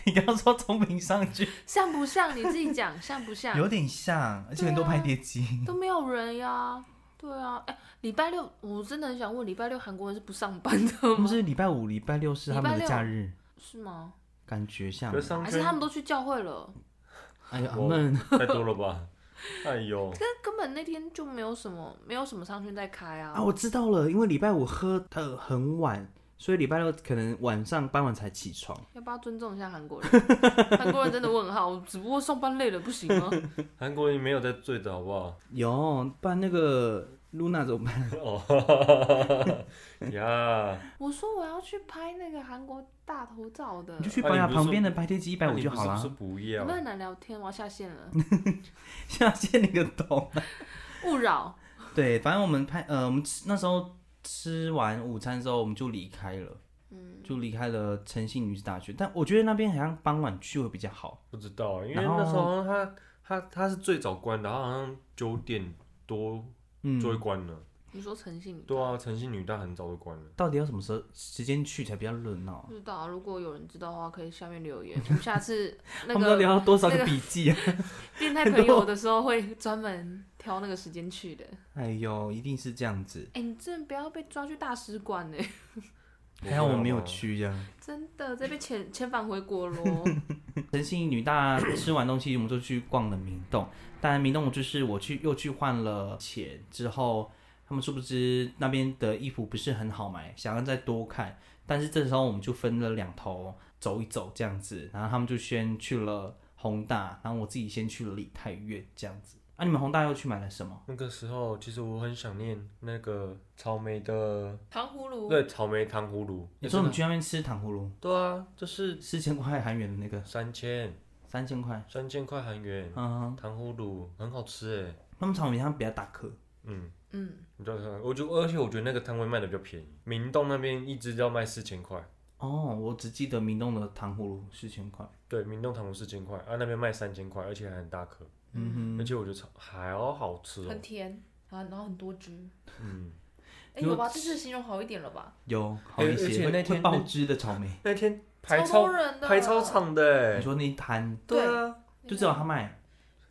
S2: 你刚刚说中平上去
S3: 像不像？你自己 讲像不像？
S2: 有点像，而且很多
S3: 啊对啊
S2: 拍碟机。
S3: 都没有人呀。对啊，哎、礼拜六我真的很想问，礼拜六韩国人是不上班的
S2: 他们
S3: 吗？
S2: 是礼拜五、礼拜六是他们
S3: 礼拜
S2: 的
S3: 六
S2: 假日，
S3: 是吗？
S2: 感觉像
S4: 可。是商
S3: 还是他
S4: 圈
S3: 们都去教会了？
S2: 哎呀，阿
S4: 我
S2: 闷，
S4: 太多了吧？哎 呦，
S3: 根根本那天就没有什么没有什么商圈在开啊。
S2: 啊，我知道了，因为礼拜五喝的很晚，所以礼拜六可能晚上傍晚才起床。
S3: 要不要尊重一下韩 国人？韩国人真的问号，我只不过上班累了不行吗？
S4: 韩国人没有在醉的好不好？
S2: 有，不然那个露娜怎么办？
S4: 哦， 呀，
S3: 我说我要去拍那个韩国大头照的
S2: 你就，去保
S4: 啊
S2: 养
S4: 你不是说
S2: 旁边的白天机一百
S4: 那
S2: 五
S4: 你
S2: 就
S4: 不
S2: 好啊
S4: 是不
S2: 啦。
S4: 是不
S3: 你
S4: 要
S3: 们很难聊天，我要下线了，
S2: 下线你个头。
S3: 勿扰。
S2: 对，反正我们拍，呃，我们吃那时候吃完午餐之后，我们就离开了，
S3: 嗯，
S2: 就离开了诚信女子大学。但我觉得那边好像傍晚去会比较好。
S4: 不知道，啊因为
S2: 然后
S4: 那时候好像他他他是最早关的，他好像九点多
S2: 嗯
S4: 就，会关了。
S3: 你说诚信女？
S4: 对啊，诚信女大很早就关了。
S2: 到底要什么时候时间去才比较热闹啊
S3: 不？知道，如果有人知道的话，可以下面留言。我们 下次那
S2: 他们都
S3: 个
S2: 聊到多少
S3: 那
S2: 个
S3: 个
S2: 笔记啊？
S3: 变态朋友的时候，会专门挑那个时间去的。
S2: 哎呦，一定是这样子。
S3: 哎、你真的不要被抓去大使 馆呢、
S2: 还好我没有
S4: 不会啊
S2: 去这样。
S3: 真的再被遣遣返回国咯。
S2: 诚信女大吃完东西，我们就去逛了明洞。但明洞就是我去又去换了钱之后，他们殊不知那边的衣服不是很好买，想要再多看。但是这时候我们就分了两头走一走这样子，然后他们就先去了宏大，然后我自己先去了梨泰院这样子。啊，你们宏大又去买了什么？
S4: 那个时候，其实我很想念那个草莓的，
S3: 糖葫芦，
S4: 对，草莓糖葫芦。
S2: 你说你去那边吃糖葫芦，
S4: 对啊，就是
S2: 四千块韩元的那个，
S4: 三千
S2: 三千块。
S4: 三千块韩元，
S2: 嗯，
S4: 糖葫芦很好吃哎。
S2: 他们草莓他们比较大颗，
S4: 嗯，
S3: 嗯，
S4: 你知道它，我就而且我觉得那个摊位卖的比较便宜，明洞那边一只要卖四千块，
S2: 哦，我只记得明洞的糖葫芦四千块。
S4: 对，明洞糖葫芦四千块，啊那边卖三千块，而且还很大颗，
S2: 嗯
S4: 而且我觉得草还好好吃哦
S3: 很。甜，啊然后然后很多汁。
S4: 嗯，
S3: 哎、
S2: 有
S3: 有吧？这次形容好一点了吧？
S2: 哼，有好一
S4: 而
S2: 些
S4: 且那
S2: 会
S4: 天
S2: 会爆汁的草莓。
S4: 那天排
S3: 超
S4: 超
S3: 多人的，
S4: 排超。长的
S2: 你
S4: 哎。
S2: 说那一摊
S4: 对啊，
S2: 就只有他卖，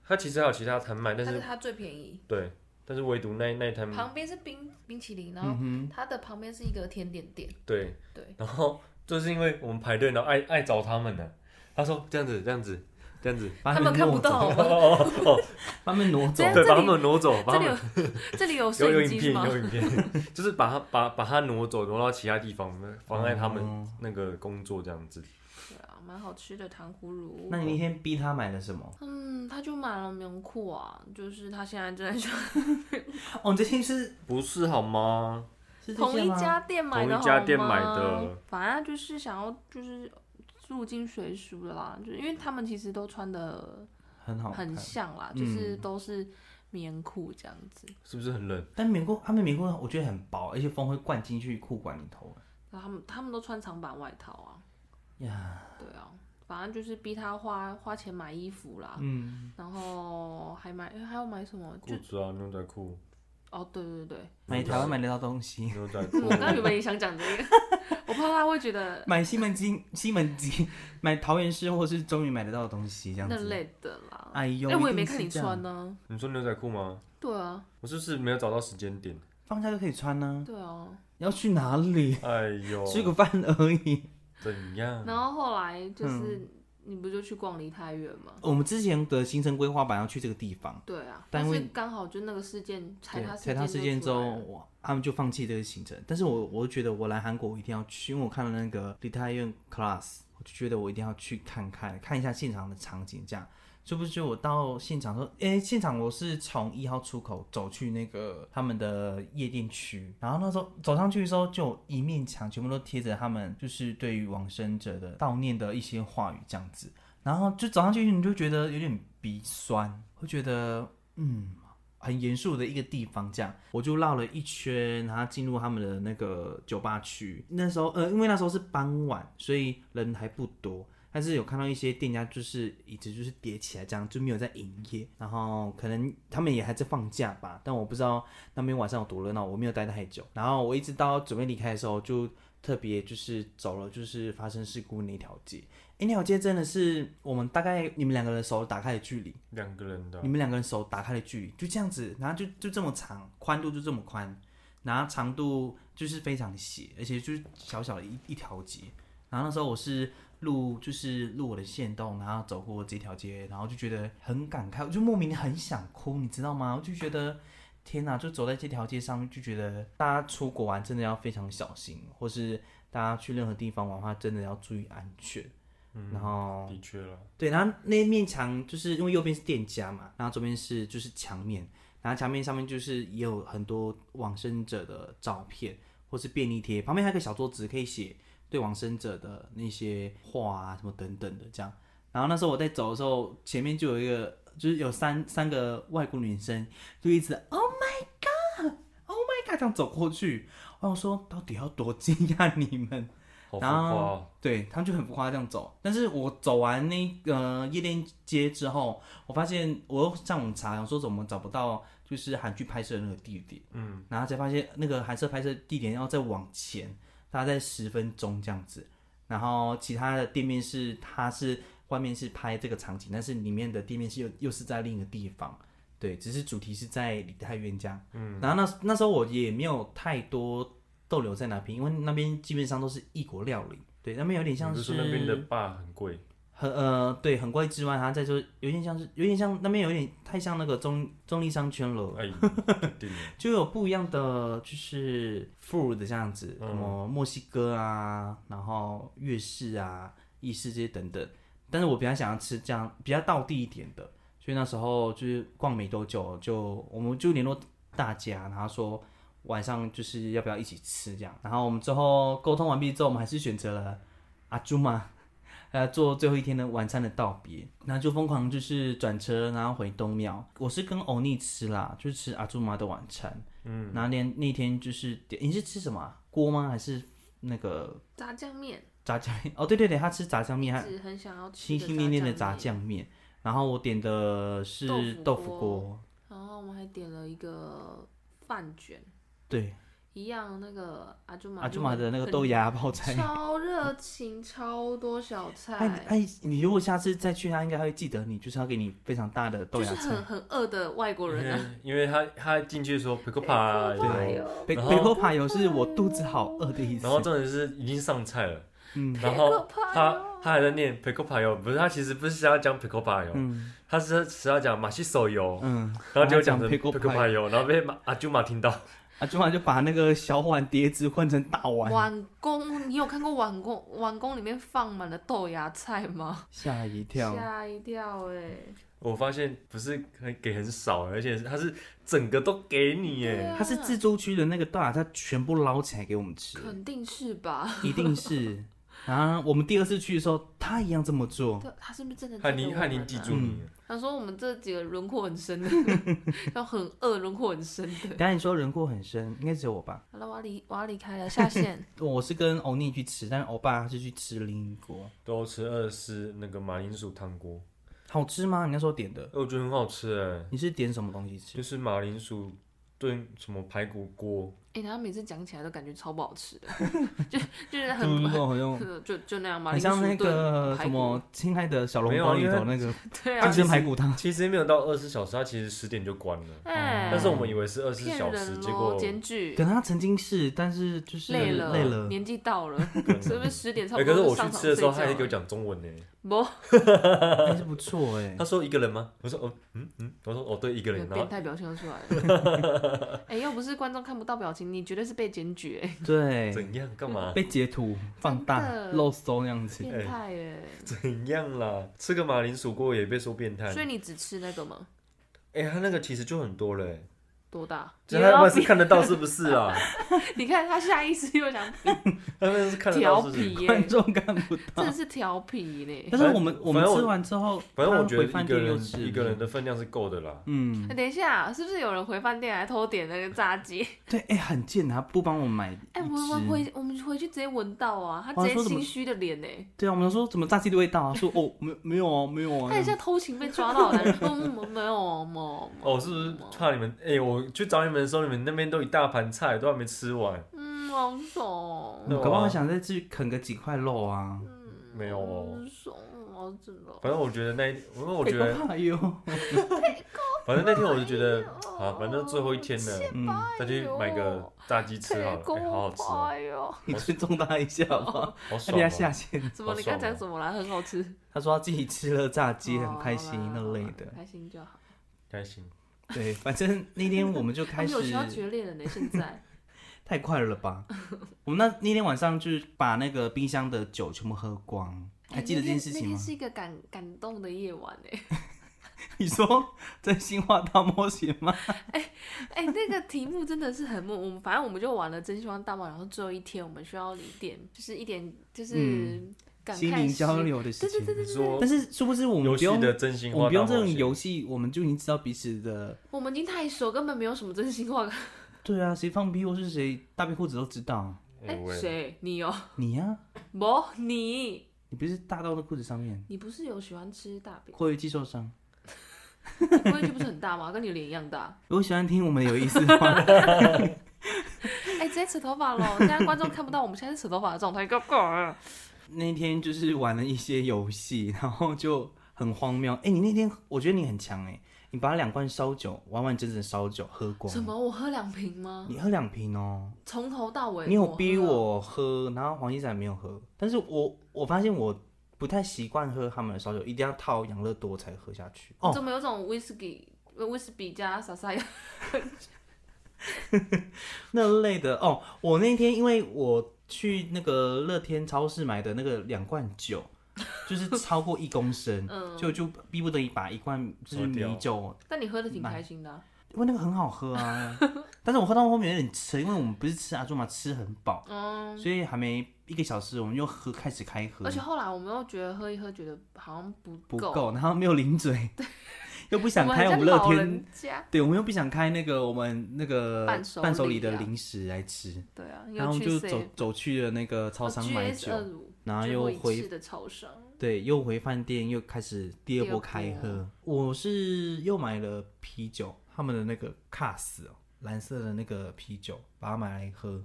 S4: 它其实还有其他摊卖，但
S3: 但是
S4: 是
S3: 它最便宜，
S4: 对，但是唯独那那一摊
S3: 旁边是冰冰淇淋，然
S2: 嗯
S3: 后
S2: 哼，
S3: 它的旁边是一个甜点店。
S4: 对
S3: 对，
S4: 然后就是因为我们排队，然后爱爱找他们呢、他说这样子，这样子，这样子，
S2: 把
S3: 他们看
S2: 挪
S3: 不
S2: 走，
S3: 到
S4: 哦
S3: 吗？
S4: 哦哦，
S2: 把他们挪走
S3: 这。样
S4: 对，
S3: 这
S4: 把
S3: 里
S4: 他们挪走，把
S3: 这
S4: 他
S3: 里
S4: 们
S3: 有这里有
S4: 有有
S3: 哦摄影
S4: 影
S3: 机
S4: 片，
S3: 吗？
S4: 有影片， 就是把他把把他挪走，挪到其他地方，妨碍他们
S2: 哦
S4: 那个工作这样子。
S3: 对啊，蛮好吃的糖葫芦。
S2: 那你那天逼他买了什么？
S3: 嗯，他就买了棉裤啊，就是他现在正在穿
S2: 哦，你这天是
S4: 不是好吗？
S2: 是这
S3: 同
S2: 些
S3: 一
S2: 吗
S3: 家店买的，
S4: 同一家店买
S3: 好
S4: 的
S3: 吗？反正就是想要就是入境随俗的啦，就因为他们其实都穿的
S2: 很好看
S3: 很，像啦，
S2: 嗯
S3: 就是都是棉裤这样子。
S4: 是不是很冷？
S2: 但棉裤他们棉裤我觉得很薄，而且风会灌进去裤管里头
S3: 然后他们他们都穿长版外套啊，
S2: 呀。
S3: 对啊，反正就是逼他花花钱买衣服啦，
S2: 嗯，
S3: 然后还买还要买什么？就
S4: 裤子啊，牛仔裤，
S3: 哦，对对对，
S2: 买台湾买得到东西，
S4: 牛仔裤
S3: 我，刚刚原本也想讲这个， 我怕他会觉得
S2: 买西门町西门町 买桃园市或是中原买得到的东西这样
S3: 那
S2: 子。
S3: 类的啦。
S2: 哎呦，
S3: 哎，我也
S2: 一定
S3: 没看
S2: 是
S3: 你
S2: 这样
S3: 穿，呢。
S4: 你说牛仔裤吗？
S3: 对啊，
S4: 我是不是没有找到时间点？
S2: 放假就可以穿呢。
S3: 对啊。
S2: 要去哪里？
S4: 哎呦，
S2: 吃个饭而已。
S4: 怎样？
S3: 然后后来
S2: 嗯
S3: 就是、你不就去逛梨泰院吗？
S2: 我们之前的行程规划版要去这个地方，
S3: 对啊，
S2: 但
S3: 但是
S2: 问
S3: 刚好就那个事件踩
S2: 对
S3: 踏
S2: 踩踏事件之
S3: 就出
S2: 后，
S3: 来了
S2: 我他们就放弃这个行程。但是我我觉得我来韩国我一定要去，因为我看了那个梨泰院 class，我就觉得我一定要去看看，看一下现场的场景。这样，殊不知我到现场说，诶，现场我是从一号出口走去那个他们的夜店区，然后那时候走上去的时候，就有一面墙全部都贴着他们就是对于往生者的悼念的一些话语这样子。然后就早上进去你就觉得有点鼻酸，会觉得嗯很严肃的一个地方这样。我就绕了一圈，然后进入他们的那个酒吧区。那时候呃，因为那时候是傍晚，所以人还不多。但是有看到一些店家就是椅子就是叠起来这样，就没有在营业。然后可能他们也还在放假吧，但我不知道那边晚上有多热闹，我没有待太久。然后我一直到准备离开的时候，就特别就是走了就是发生事故那条街。哎，那条街真的是我们大概你们两个人手打开的距离，
S4: 两个人的啊
S2: 你们两个人手打开的距离就这样子，然后就就这么长，宽度就这么宽，然后长度就是非常细，而且就是小小的一一条街。然后那时候我是录就是录我的线动，然后走过这条街，然后就觉得很感慨，我就莫名地很想哭，你知道吗？我就觉得天哪，就走在这条街上面，就觉得大家出国玩真的要非常小心，或是大家去任何地方玩的话，真的要注意安全。然后
S4: 嗯的确了，
S2: 对，然后那面墙就是因为右边是店家嘛，然后左边是就是墙面，然后墙面上面就是也有很多往生者的照片或是便利贴，旁边还有一个小桌子可以写对往生者的那些话啊什么等等的这样。然后那时候我在走的时候，前面就有一个就是有三三个外国女生就一直 Oh my God，Oh my God 这样走过去，我想说到底要多惊讶你们。
S4: 好浮夸
S2: 然后
S4: 哦，
S2: 对他们就很浮夸这样走。但是我走完那个、呃、夜店街之后，我发现我又上网查，想说怎么找不到就是韩剧拍摄的那个地点，嗯，然后才发现那个韩式拍摄地点要再往前，大概在十分钟这样子。然后其他的店面是它是外面是拍这个场景，但是里面的店面是又又是在另一个地方。对，只是主题是在李泰院这样。嗯，然后那那时候我也没有太多逗留在那边，因为那边基本上都是异国料理。对，那边有点像
S4: 你不
S2: 是
S4: 说那边的爸很贵，
S2: 很呃，对，很贵之外，它再说有点像是有点像那边有点太像那个中中立商圈了，
S4: 哎，肯定的
S2: 就有不一样的就是 food 这样子，什么墨西哥啊，然后粤式啊、意式这些等等。但是我比较想要吃这样比较道地一点的，所以那时候就是逛没多久，就我们就联络大家，然后说晚上就是要不要一起吃这样。然后我们之后沟通完毕之后，我们还是选择了阿朱嘛，呃，做最后一天的晚餐的道别，然后就疯狂就是转车，然后回东庙。我是跟欧尼吃啦，就是吃阿朱妈的晚餐。嗯，然后那天那天就是点，你是吃什么啊锅吗？还是那个
S3: 炸酱面
S2: 炸酱面？哦，对对对，他吃炸酱面，
S3: 一
S2: 他
S3: 直很想要吃
S2: 嗯心心念念的炸酱面。然后我点的是豆
S3: 豆
S2: 腐
S3: 腐锅
S2: 锅，
S3: 面，然后我们还点了一个饭卷，
S2: 对，
S3: 一样那个阿朱玛
S2: 阿朱妈的那个豆芽泡菜。
S3: 超热情，超多小菜，
S2: 哎哎，你如果下次再去，他应该会记得你，就是要给你非常大的豆
S3: 就
S2: 芽
S3: 是
S2: 菜。
S3: 很很饿的外国
S4: 因
S3: 人啊，
S4: 为因为他他进去的时候 p i c k l
S2: 嗯对
S3: 哦
S4: 对，，
S2: 北
S4: 然
S2: 北坡爬油是我肚子好饿的意思。
S4: 然后重点是已经上菜了，
S2: 嗯
S4: 然后
S3: Pickle
S4: 他他还在念 p i c k l 油，不是他其实不是想要讲 p i c k l 油，
S2: 嗯
S4: 他是是要讲马西手油，
S2: 嗯，
S4: 然后就讲成 p i c
S2: pickle
S4: k
S2: pie，
S4: l 油，然后被马阿舅妈听到，
S2: 啊，昨晚就把那个小碗碟子换成大碗，
S3: 碗公，你有看过碗公碗公里面放满了豆芽菜吗？
S2: 吓一跳。
S3: 吓一跳哎、
S4: 我发现不是很给很少，而且他是整个都给你
S3: 对
S4: 耶，
S3: 啊
S2: 它是自助区的那个豆芽菜全部捞起来给我们吃，
S3: 肯定是吧？
S2: 一定 是。然后我们第二次去的时候，他一样这么做。
S3: 对，他是不是真的记得我
S4: 害
S3: 们啊？
S4: 你害你记住你，
S3: 他说我们这几个轮廓很深的， 要很饿，轮廓很深的。
S2: 刚才你说人过很深，应该只有我吧？
S3: 好了，我要离我要离开了，下线。
S2: 我是跟欧尼去吃，但是欧巴他是去吃另一锅。
S4: 都吃二是那个马铃薯汤锅，
S2: 好吃吗？你那时候点的，
S4: 我觉得很好吃哎。
S2: 你是点什么东西吃？
S4: 就是马铃薯炖什么排骨锅，
S3: 哎、他每次讲起来都感觉超不好吃的，就就是
S2: 猪
S3: 很
S2: 嗯肉好像
S3: 很就就那样嘛，
S2: 很像那个
S3: 排
S2: 什
S3: 骨
S2: 么《亲爱的小笼
S4: 没有
S2: 包》
S4: 啊
S2: 里
S4: 因为
S2: 头那个
S3: 对
S2: 半
S3: 啊，
S2: 生排骨汤。
S4: 其实没有到二十小时，它其实十点就关了。
S3: 哎、
S4: 但是我们以为是二十
S3: 骗
S4: 小时，
S3: 人哦
S4: 结
S3: 喽，
S4: 果
S3: 检举
S2: 可能他曾经是，但是就是
S3: 累了，
S2: 累了，
S3: 年纪到 了，是不是十点差
S4: 哎，
S3: 不
S4: 可
S3: 多就
S4: 是我去
S3: 上床
S4: 吃
S3: 睡
S4: 的时
S3: 觉
S4: 候，
S3: 了？
S4: 他还给我讲中文呢。
S3: 不，
S2: 还是不错 哎、
S4: 他说一个人吗？我说哦，嗯嗯，我说哦，对，一个人。然
S3: 变
S4: 后
S3: 态表情都 出来了。哎、要不是观众看不到表情，你绝对是被检举、哎
S2: 对，
S4: 怎样干嘛？
S2: 被截图放大
S3: 真的
S2: 露搜那样子，
S3: 变态哎、
S4: 怎样啦？吃个马铃薯锅也被说变态
S3: 所。以你只吃那个吗？
S4: 哎，他那个其实就很多嘞，
S3: 多大？
S4: 这
S3: 又
S4: 他
S3: 要
S4: 们是看得到是不是啊？
S3: 你看他下意识又想
S4: 他们是看得
S3: 调
S4: 到是不
S3: 皮
S4: 是？
S3: 耶、
S2: 观众看不
S3: 真
S2: 到
S3: 的。是调皮呢、
S2: 但是我们我们
S4: 反正我
S2: 吃完之后，
S4: 反正我觉得
S2: 他回饭
S4: 一个
S2: 店又
S4: 人
S2: 吃
S4: 一个人的分量是够的啦。
S2: 嗯，
S3: 哎等一下，是不是有人回饭店来偷点那个炸鸡？
S2: 对，哎、很贱的，他不帮我买一只。
S3: 哎、我我回我们回去直接闻到啊，他
S2: 哇
S3: 直接
S2: 说怎么
S3: 心虚的脸呢、
S2: 对啊，我们说怎么炸鸡的味道啊？说哦，没没有啊，没有啊。
S3: 他很像偷情被 抓到的男人。嗯，没有，没有。
S4: 哦，是不是怕你们？哎、我去找你们的时候，你们那边都一大盘菜，都还没吃完。
S3: 嗯，好爽，
S4: 啊
S2: 嗯搞不好想再去啃个几块肉啊。
S4: 没有哦
S3: 好爽，好整了。
S4: 反正我觉得那一，因为我觉得，
S2: 哎呦，
S4: 反正那天我就觉得啊，反正最后一天了，
S2: 嗯，
S4: 再去买个炸鸡吃好了，哎好好吃哦，
S3: 哟！
S2: 你尊重他一下吧，
S4: 好
S2: 他等下
S4: 爽
S2: 下
S4: 哦。
S2: 线。
S3: 怎么？你刚讲什么啦？很好吃，
S2: 他说他自己吃了炸鸡，
S3: 哦
S2: 很开心
S3: 好啦
S2: 那
S3: 好啦
S2: 类的。
S3: 开心就好。
S4: 开心。
S2: 对，反正那天我 们就
S3: 他
S2: 开
S3: 们有
S2: 始
S3: 需要决裂了呢，现在。
S2: 太快了吧？我们那那天晚上就是把那个冰箱的酒全部喝光， 还记得这件事
S3: 哎那
S2: 情吗？
S3: 天是一个感感动的夜晚哎。
S2: 你说真心话大冒险吗？
S3: 哎、那个题目真的是很梦，我们反正我们就玩了真希望大冒险，然后最后一天我们需要一点，就是一点就是
S2: 嗯
S3: 感
S2: 心
S3: 慨
S2: 灵
S3: 时
S2: 交，流的事
S3: 对对
S2: 情。
S3: 对
S4: 你
S3: 对对，
S4: 说
S2: 但是殊不知我们
S4: 游
S2: 不
S4: 戏
S2: 用
S4: 的真心
S2: 我们
S4: 话
S2: 不
S4: 大
S2: 用这
S4: 冒
S2: 种游
S4: 险，
S2: 戏，我们就已经知道彼此的。
S3: 我们已经太熟，根本没有什么真心话。
S2: 对啊，谁放屁或是谁大便裤子都知道。
S4: 哎
S3: 哎、
S4: 喂
S3: 谁？你哦，
S2: 你呀、
S3: 不，你，
S2: 你不是大到那裤子上面，
S3: 你不是有喜欢吃大便，
S2: 括约肌受伤。
S3: 规矩不是很大吗？跟你脸一样大。
S2: 如果喜欢听我们有意思的话，
S3: 哎、直接扯头发喽，现在观众看不到我们现在是扯头发的状态，够不够啊？
S2: 那天就是玩了一些游戏，然后就很荒谬。哎、你那天我觉得你很强哎、你把两罐烧酒完完整整烧酒喝光，
S3: 什？么？我喝两瓶吗？
S2: 你喝两瓶哦、
S3: 从头到尾，
S2: 你有
S3: 喝
S2: 逼
S3: 了，
S2: 我喝，然后黄金仔没有喝，但是我我发现我不太习惯喝他们的烧酒，一定要套养乐多才喝下去。哦，
S3: 怎么有种 whisky？威士比加萨萨亚，
S2: 那类的哦，我那天因为我去那个乐天超市买的那个两罐酒，就是超过一公
S3: 嗯
S2: 升，嗯就就逼不得已把一罐就是
S4: 喝掉
S2: 米酒，
S3: 但你喝的挺开心的啊、
S2: 因为那个很好喝 啊。但是我喝到后面有点撑，因为我们不是吃阿朱玛吃很饱，
S3: 嗯，
S2: 所以还没一个小时我们又喝开始开喝
S3: 而，且后来我们又觉得喝一喝，觉得好像不
S2: 不
S3: 够，
S2: 够，然后没有零 嘴，又不
S3: 不
S2: 想开我们乐
S3: 老
S2: 天
S3: 人家。
S2: 对，我们又不想开那个我们那个
S3: 伴手礼啊
S2: 伴手礼的零食来吃，
S3: 对啊，
S2: 然后
S3: 又
S2: 就
S3: 去哦
S2: 走
S3: save
S2: 走去了那个超商买酒，
S3: GS 25
S2: 然后
S3: 最
S2: 又
S3: 后一
S2: 回
S3: 次的超商，
S2: 对，又回饭店又开始第二波开
S3: 第二
S2: 喝。我是又买了啤酒，他们的那个 Cass 哦，蓝色的那个啤酒，把它买来喝。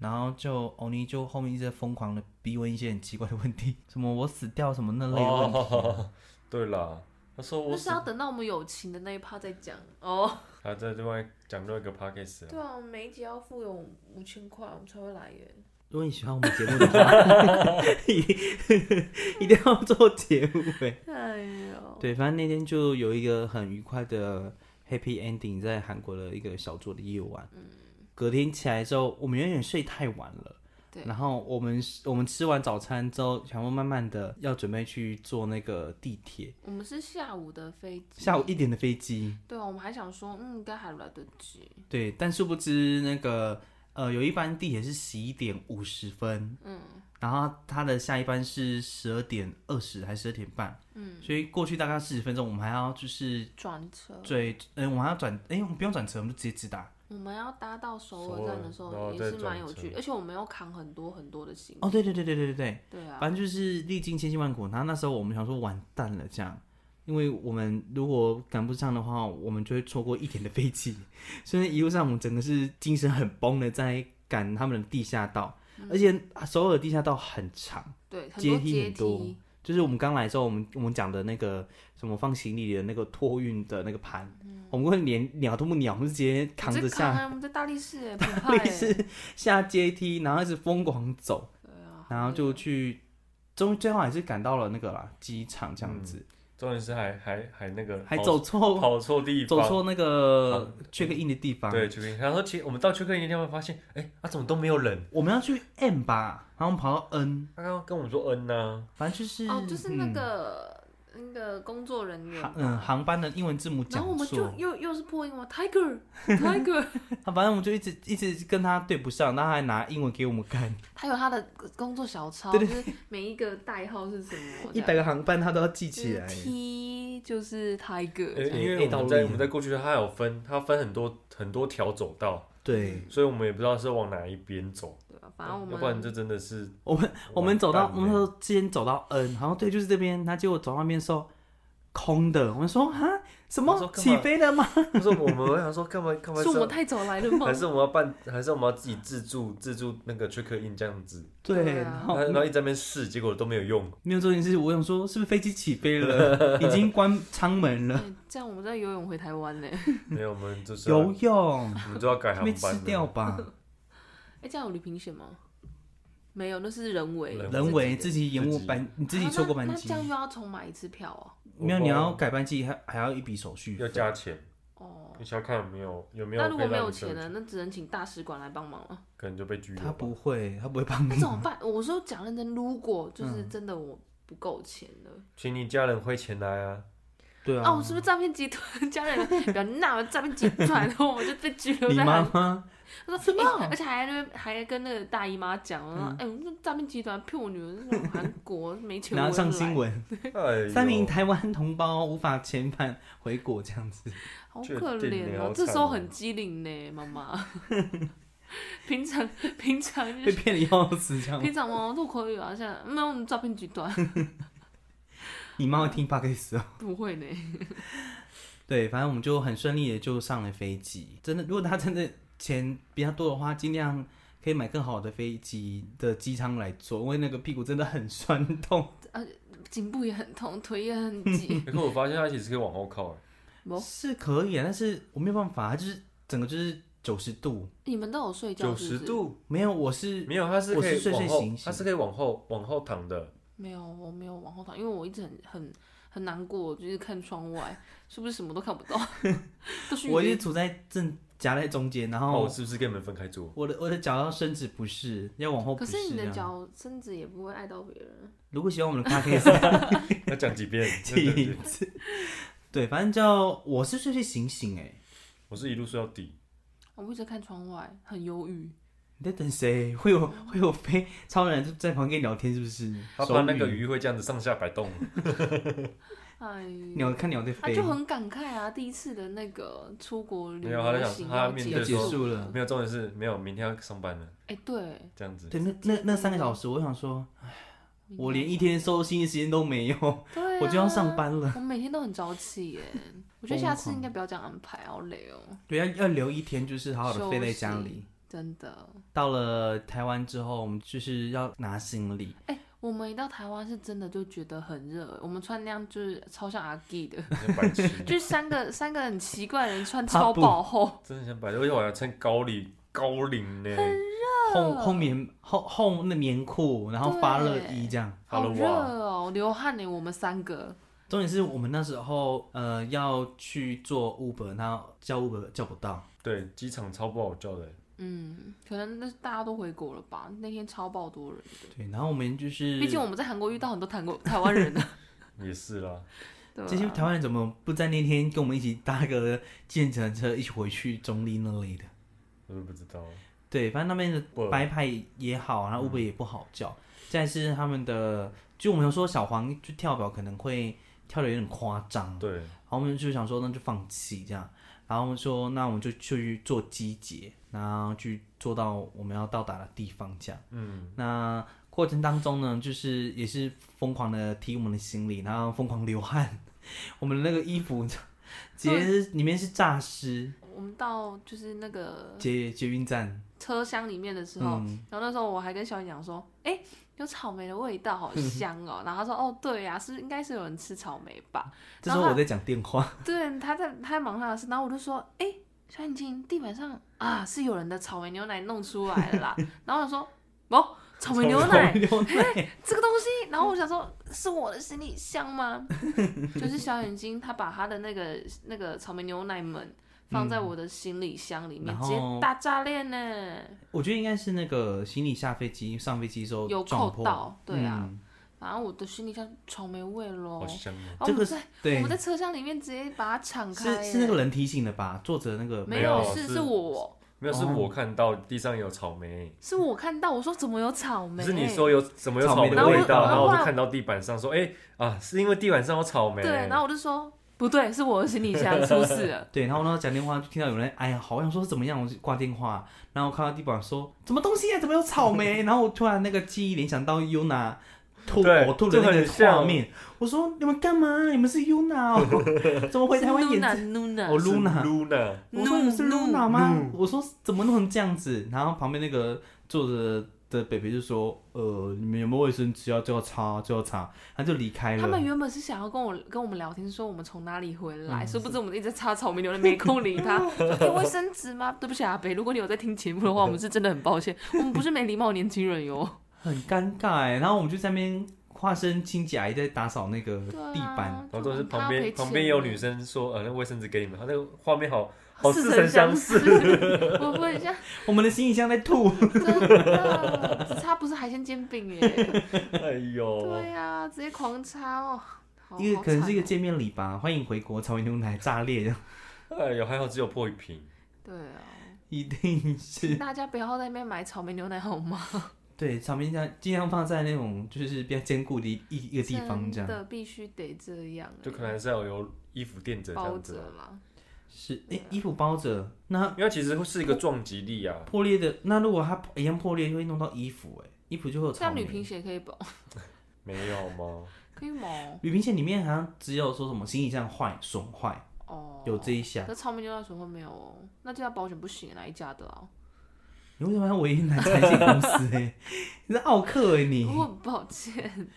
S2: 然后就欧尼就后面一直在疯狂的逼问一些很奇怪的问题，什么我死掉什么那类的问题。
S4: 哦， 对啦，他说我
S3: 那是啊
S4: 死
S3: 要等到我们友情的那一趴再讲哦。
S4: 还在另外讲另外一个 podcast 啊
S3: 对啊，我们每一集要付有五千块，我们才会来源。
S2: 如果你喜欢我们节目的话， 一一定 要做欸结尾。
S3: 哎呦，
S2: 对，反正那天就有一个很愉快的 happy ending，在韩国的一个小酌的夜晚。
S3: 嗯
S2: 隔天起来之后，我们有点睡太晚了。
S3: 对
S2: 然后我们我们吃完早餐之后，想说慢慢的要准备去坐那个地铁，
S3: 我们是下午的飞机，
S2: 下午一点的飞机。
S3: 对啊，我们还想说，嗯，应该还来得及。
S2: 对，但殊不知那个呃，有一班地铁是十一点五十分，嗯，然后它的下一班是十二点二十还是十二点半，嗯，所以过去大概四十分钟，我们还要就是
S3: 转车，
S2: 对，嗯、我们还要转，哎、我们不用转车，我们就直接直达。
S3: 我们要搭到首尔
S4: 首尔
S3: 站的时
S4: 然后
S3: 候也
S4: 再
S3: 是蛮
S4: 转
S3: 有趣的，
S4: 车
S3: 而且我们要扛很多很多的行李。
S2: 哦，对对对对对对对，
S3: 对啊，
S2: 反正就是历经千辛万苦。然后那时候我们想说，完蛋了这样，因为我们如果赶不上的话，我们就会错过一点的飞机。所以一路上我们整个是精神很崩的，在赶他们的地下道，
S3: 嗯
S2: 而且啊首尔地下道很长，
S3: 对，很
S2: 阶
S3: 多
S2: 梯
S3: 阶
S2: 很多
S3: 梯，
S2: 就是我们刚来的时候，我们我们讲的那个什么放行李的那个托运的那个盘，我们根本连鸟都不鸟，我们是直接扛着
S3: 嗯我们在扛
S2: 下
S3: 啊，我们在大力 士哎，不怕
S2: 类
S3: 哎，
S2: 似下阶梯，然后一直疯狂走，
S3: 啊
S2: 然后就去，终最后还是赶到了那个啦机场这样子，
S4: 重点是还还还那个
S2: 还
S4: 跑
S2: 走错
S4: 跑错地
S2: 走
S4: 方，
S2: 错那个 check in 的地方。
S4: 对，去然后其实我们到去克林的地方发现，哎、啊怎么都没有人？
S2: 我们要去 M 吧，然后我们跑到 N，
S4: 他刚刚跟我们说嗯呐、
S2: 哦反正就是
S3: 哦，就是那
S2: 嗯
S3: 个、那个工作人员
S2: 航
S3: 吧，
S2: 嗯航班的英文字母
S3: 然
S2: 讲
S3: 后我们就
S2: 错，
S3: 又又是破音嘛，tiger tiger，
S2: 他反正我们就一直一直跟他对不上，然后他还拿英文给我们看，
S3: 他有他的工作小抄，就是每一个代号是什么，
S2: 一百个航班他都要记
S3: 这
S2: 起
S3: 样
S2: 来
S3: 就是。T 就是
S4: 因
S3: tiger，
S4: 为因
S2: 哎
S4: 为我
S2: 道
S4: 们
S2: 路
S4: 在
S2: 一
S4: 我们
S2: 样
S4: 在过去，它有分，它分很多很多条走道，
S2: 对，
S4: 所以我们也不知道是往哪一边走，
S3: 对吧？反正我
S4: 哦要不然
S3: 们
S4: 这真的是
S2: 我们我们走到
S4: 完蛋
S2: 我们说先走到 N，然后对，就是这边，他结果走到那边说空的，我们说哈什
S4: 我说
S2: 么
S4: 干嘛
S2: 起飞了吗？
S4: 不是我们我想说干嘛干嘛
S3: 是
S4: 这
S3: 我们
S4: 样，
S3: 太早来了吗
S4: 还？
S2: 哦
S4: 是我们要办，还是我们要自己自助自助那个 check in 这样子，
S2: 对，
S3: 对啊
S2: 然
S4: 然
S2: 后
S4: 后然后一直在那边试，结果都没有用，
S2: 没有做这件事，我想说是不是飞机起飞 了，已经关舱门了，
S3: 哎这样我们在游泳回台湾呢。
S4: 没有我们就是啊要
S2: 游泳
S4: 我们就要改航
S2: 被吃
S4: 班
S2: 掉
S4: 了，
S2: 吧，
S3: 哎，这样有旅行险吗？没有，那是人为。
S4: 人
S2: 人为
S3: 自
S2: 自
S3: 己
S2: 己延误
S4: 自己
S2: 班，你自己
S3: 啊
S2: 错过
S3: 那
S2: 班
S3: 那
S2: 机
S3: 这，样又要重买一次票哦。
S2: 没有你要改班机还还要一笔手续
S4: 要
S2: 费，
S4: 加钱，
S3: 哦，
S4: 你想看有没有有没有
S3: 那如果
S4: 被
S3: 没
S4: 让
S3: 有
S4: 你
S3: 钱
S4: 退
S3: 呢？那只能请大使馆来帮忙了。
S4: 可能就被拘留
S2: 他
S4: 吧，
S2: 不会，他不会帮
S3: 那
S2: 你
S3: 怎。么办？我说讲认真，如果就是
S2: 嗯
S3: 真的我不够钱了，
S4: 请你家人汇钱来啊，
S2: 对
S3: 啊，我
S2: 啊，
S3: 是不是诈骗集团家人？啊不要闹，我诈骗集团，然后我就被拘留
S2: 你
S3: 在
S2: 妈
S3: 韩。
S2: 妈
S3: 他说欸而且还在那边还跟那个大姨妈讲，我说哎，我们这诈骗集团骗我女儿那种韩国没 钱，
S2: 拿上新，闻，
S4: 哎呦，
S2: 三名台湾同胞无法遣返回国这样子，
S3: 好
S4: 确
S3: 可
S4: 定
S3: 怜
S4: 呢
S3: 哦
S4: 好。
S3: 这
S4: 惨
S3: 时候
S4: 哦，
S3: 很机灵呢，妈妈。 平常平常 就是
S2: 被骗的要死 这样。
S3: 平常嘛都可以啊，现在没有我们诈骗集团
S2: 你妈会听 p o d c a s 哦。
S3: 不会呢。
S2: 对，反正我们就很顺利的就上了飞机。真的，如果他真的钱比较多的话，尽量可以买更好的飞机的机舱来坐，因为那个屁股真的很酸痛。
S3: 颈部也很痛，腿也很挤
S4: 哎可是我发现它其实可以往后靠，哎
S3: 哦
S2: 是可以啊，但是我没有办法，它就是整个就是九十度。
S3: 你们都有睡觉
S4: 九
S3: 是
S4: 十
S3: 不是？
S4: 度
S2: 没有，我是
S4: 没有，它是
S2: 我
S4: 可
S2: 是
S4: 以
S2: 睡睡
S4: 往后
S2: 醒，醒
S4: 它是可以往后往后躺的，
S3: 没有，我没有往后躺，因为我一直很很很难过，就是看窗外， 是不是什么都看不到？ 都是
S2: 我一
S3: 云
S2: 直处在正夹在中间，然后
S4: 那哦
S3: 哦
S4: 我是不是跟你们分 开坐？
S2: 我的我的脚要伸直不是，要往后不
S3: 可
S2: 是
S3: 是你
S2: 这
S3: 的
S2: 样。
S3: 脚伸直也不会碍到别人。
S2: 如果喜欢我们的 p o d c a s
S4: 要讲几遍？
S2: 记
S4: 对 对
S2: 一
S4: 对
S2: 次。对，反正叫我是睡睡醒醒哎、
S4: 我是一路睡到底，
S3: 我一直看窗外，很忧郁。
S2: 你在等谁？会有 会有飞超人就在旁边聊天是不是？
S4: 他怕那
S2: 手
S4: 个鱼会这样子上下摆动，
S3: 哎，
S2: 鸟看鸟在
S3: 啊，
S2: 飞，
S3: 就很感慨啊！第一次的那个出国旅
S4: 没有他在
S3: 游
S4: 想
S3: 行
S4: 他
S3: 要
S4: 面
S3: 结
S4: 对
S2: 结
S4: 说
S2: 束了。
S4: 没有重点是没有，明天要上班了，
S3: 哎，对，
S4: 这样子。
S2: 对，那那那三个小时，我想说，
S3: 明
S2: 我
S3: 天
S2: 连一天收心的时间都没有，
S3: 对、啊，
S2: 我就要上。班了。
S3: 我每天都很早起耶，我觉得下次应该不要这样安排，好累哦，
S2: 对，要要留一天，就是好好的飞在家
S3: 休
S2: 里。
S3: 真的。
S2: 到了台湾之后，我们就是要拿行李，
S3: 哎、我们一到台湾是真的就觉得很热，我们穿那样就是超像阿 G 的，
S4: 像白痴，
S3: 就是三个三个很奇怪的人穿
S2: 他
S3: 超
S2: 不
S3: 薄厚，
S4: 真的像白痴，而且我还穿高领高领呢，
S3: 哦
S2: 后后棉后后那棉裤，然后发热衣这样。
S4: 哈
S3: 好
S4: 喽
S3: 热
S4: 哇，
S3: 哦，流汗呢，我们三个。
S2: 重点是我们那时候呃要去做 Uber，然后叫 Uber 叫不到，
S4: 对，机场超不好叫的，
S3: 嗯，可能那大家都回国了吧？那天超爆多人的，
S2: 对，然后我们就是
S3: 毕竟我们在韩国遇到很多韩国台湾人 啊，
S4: 也是啦，
S3: 对
S2: 这些
S3: 啊
S2: 台湾人怎么不在那天跟我们一起搭个计程车一起回去中立那里的？
S4: 我都不知道，
S2: 对，反正那边
S4: 不
S2: 的白牌也好，
S3: 嗯
S2: 然后 Uber 也不好叫。再是他们的，就我们有说小黄就跳表可能会跳的有点夸张，
S4: 对，
S2: 然后我们就想说那就放弃这样。然后我们说那我们就去做机捷，然后去做到我们要到达的地方这样。
S4: 嗯，
S2: 那过程当中呢，就是也是疯狂的提我们的行李，然后疯狂流汗，我们那个衣服直
S3: 嗯
S2: 接是里面是诈尸，
S3: 我们到就是那个
S2: 捷捷运站，
S3: 车厢里面的时候，
S2: 嗯，
S3: 然后那时候我还跟小颖讲说，哎、有草莓的味 道，好香哦。然后她说，哦，对呀、是应该是有人吃草莓吧？
S2: 这时候我在讲电 话，
S3: 对，她在她在忙她的事，然后我就说，哎、小眼睛，地板上啊是有人的草莓牛奶弄出来了啦。 然后我说，哦，草莓牛奶
S2: 牛奶，
S3: 这个东西，然后我想说，是我的行李箱吗？ 就是小眼睛，她把她的那个那个草莓牛奶们放在我的行李箱里
S2: 嗯
S3: 面，
S2: 然
S3: 直接
S2: 后
S3: 大炸裂呢。
S2: 我觉得应该是那个行李下飞机上飞机的时候
S3: 有
S2: 撞
S3: 扣
S2: 破，
S3: 到对啊
S2: 嗯
S3: 反正我的行李箱草莓味咯
S4: 好。香哦。
S3: 然后
S2: 这
S3: 我
S2: 个
S3: 们
S2: 是
S3: 在
S2: 对
S3: 我们在车厢里面直接把它敞开耶，
S2: 是是那个人提醒的吧？作者那个
S3: 没
S4: 没有
S3: 是
S4: 是
S3: 是我
S4: 没有，是我看到地上有草莓，
S3: 是我看到，我说怎么有草莓？
S4: 可是你说有怎么有
S2: 草
S4: 草
S2: 莓
S4: 莓
S2: 的
S4: 的
S2: 味
S4: 味
S2: 道
S4: 道，然后
S3: 然后
S4: 我
S3: 后来
S4: 就看到地板上说，哎啊，是因为地板上有草莓。
S3: 对，然后我就说不对，是我的行李箱出事了。
S2: 对，然后呢讲电话就听到有人哎呀好，我想说怎么样，我就挂电话，然后看到地板说什么东西啊，怎么有草 莓？然后我突然那个记忆联想到 Yuna 吐
S4: 对
S2: 呕吐的那
S4: 就
S2: 个
S4: 很像
S2: 画面，我说你们干嘛？你们是 Yuna 哦， 怎么回台湾演这
S3: Luna
S2: 哦
S3: Luna，
S2: Luna
S4: Luna，
S2: 我说你们是 Luna 吗
S4: Luna？
S2: 我说怎么弄成这样子？然后旁边那个坐着的北北就说：“呃，你们有没有卫生纸要就要擦就要擦。”他就离开了。
S3: 他们原本是想要跟我跟我们聊天，说我们从哪里回来，殊不知我们一直在擦草莓牛奶，没空理他。说有卫生纸吗？对不起啊，阿北，如果你有在听节目的话，我们是真的很抱歉，我们不是没礼貌的年轻人哟。
S2: 很尴尬哎，然后我们就在那边化身清洁阿姨在打扫那个
S3: 对啊
S2: 地板，
S4: 然后都是
S3: 他
S4: 旁
S3: 要赔
S4: 边
S3: 钱
S4: 旁边有女生说，呃，那卫生纸给你们，那个画面好好
S3: 好
S4: 似
S3: 似
S4: 曾
S3: 曾相
S4: 相识
S3: 识。我问一下，
S2: 我们的行李箱在吐。
S3: 真的，只差不是海鲜煎饼耶？
S4: 哎呦，
S3: 对啊，直接狂插哦。好
S2: 一个
S3: 好
S2: 可能
S3: 惨
S2: 是一个
S3: 哦
S2: 见面礼吧， 欢迎回国，草莓牛奶炸裂 的，
S4: 哎呦，还好只有破一瓶。
S3: 对啊，
S2: 一定
S3: 请
S2: 是
S3: 大家不要在那边买草莓牛奶好吗？
S2: 对草莓酱尽量放在那种就是比较坚固的一一 个地方这样。
S3: 真的必须得这样耶，
S4: 就可能还是要有衣服垫着这
S3: 包
S4: 样子
S3: 着
S4: 啊，
S3: 嘛。
S2: 是哎、诶衣服包着，那
S4: 因为其实会是一个撞击力啊。
S2: 破裂的那如果它一样破裂，会弄到衣服哎、衣服就会有草
S3: 像
S2: 莓。
S3: 女贫血可以包，
S4: 没有吗？
S3: 可以吗？
S2: 铝瓶线里面好像只有说什么行李箱坏损 坏，
S3: 哦，
S2: 有这一项。
S3: 可是草莓牛奶水会没有哦，那这家保险不行，哪一家的 啊？
S2: 你为什么要唯一男财险公司哎、你是奥克哎、 你。
S3: 我哦很抱歉，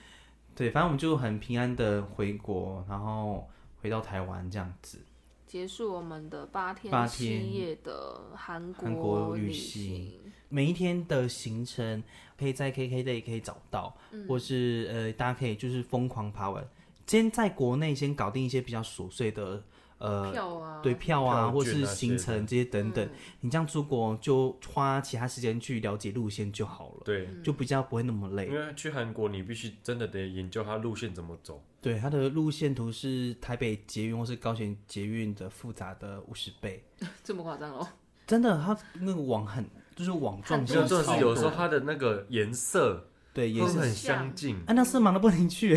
S2: 对，反正我们就很平安的回国，然后回到台湾这样子。
S3: 结束我们的八天
S2: 八天
S3: 七夜的韩
S2: 韩国旅
S3: 旅
S2: 行。每一天的行程可以在 KKday 可以找到，或是呃，大家可以就是疯狂爬文。先在国内先搞定一些比较琐碎的呃，
S3: 票啊，
S2: 对票啊，
S4: 票
S2: 或
S4: 券
S2: 是
S4: 啊之
S2: 行
S4: 类
S2: 程这些等等。你这样出国就花其他时间去了解路线就好了，
S4: 对，
S2: 就比较不会那么
S3: 嗯
S2: 累
S4: 因。为去韩国你必须真的得研究它路线怎么走，
S2: 对，它的路线图是台北捷运或是高雄捷运的复杂的五十倍。
S3: 这么夸张 哦？
S2: 真的，它那个网很就是网状
S3: 很
S4: 没
S2: 性
S4: 有
S2: 超
S3: 多
S2: 多，
S4: 真的是有时候嗯它的那个颜色
S2: 对也
S4: 会
S2: 是，
S4: 很
S3: 像
S4: 相近，
S2: 啊，那色盲的不能去，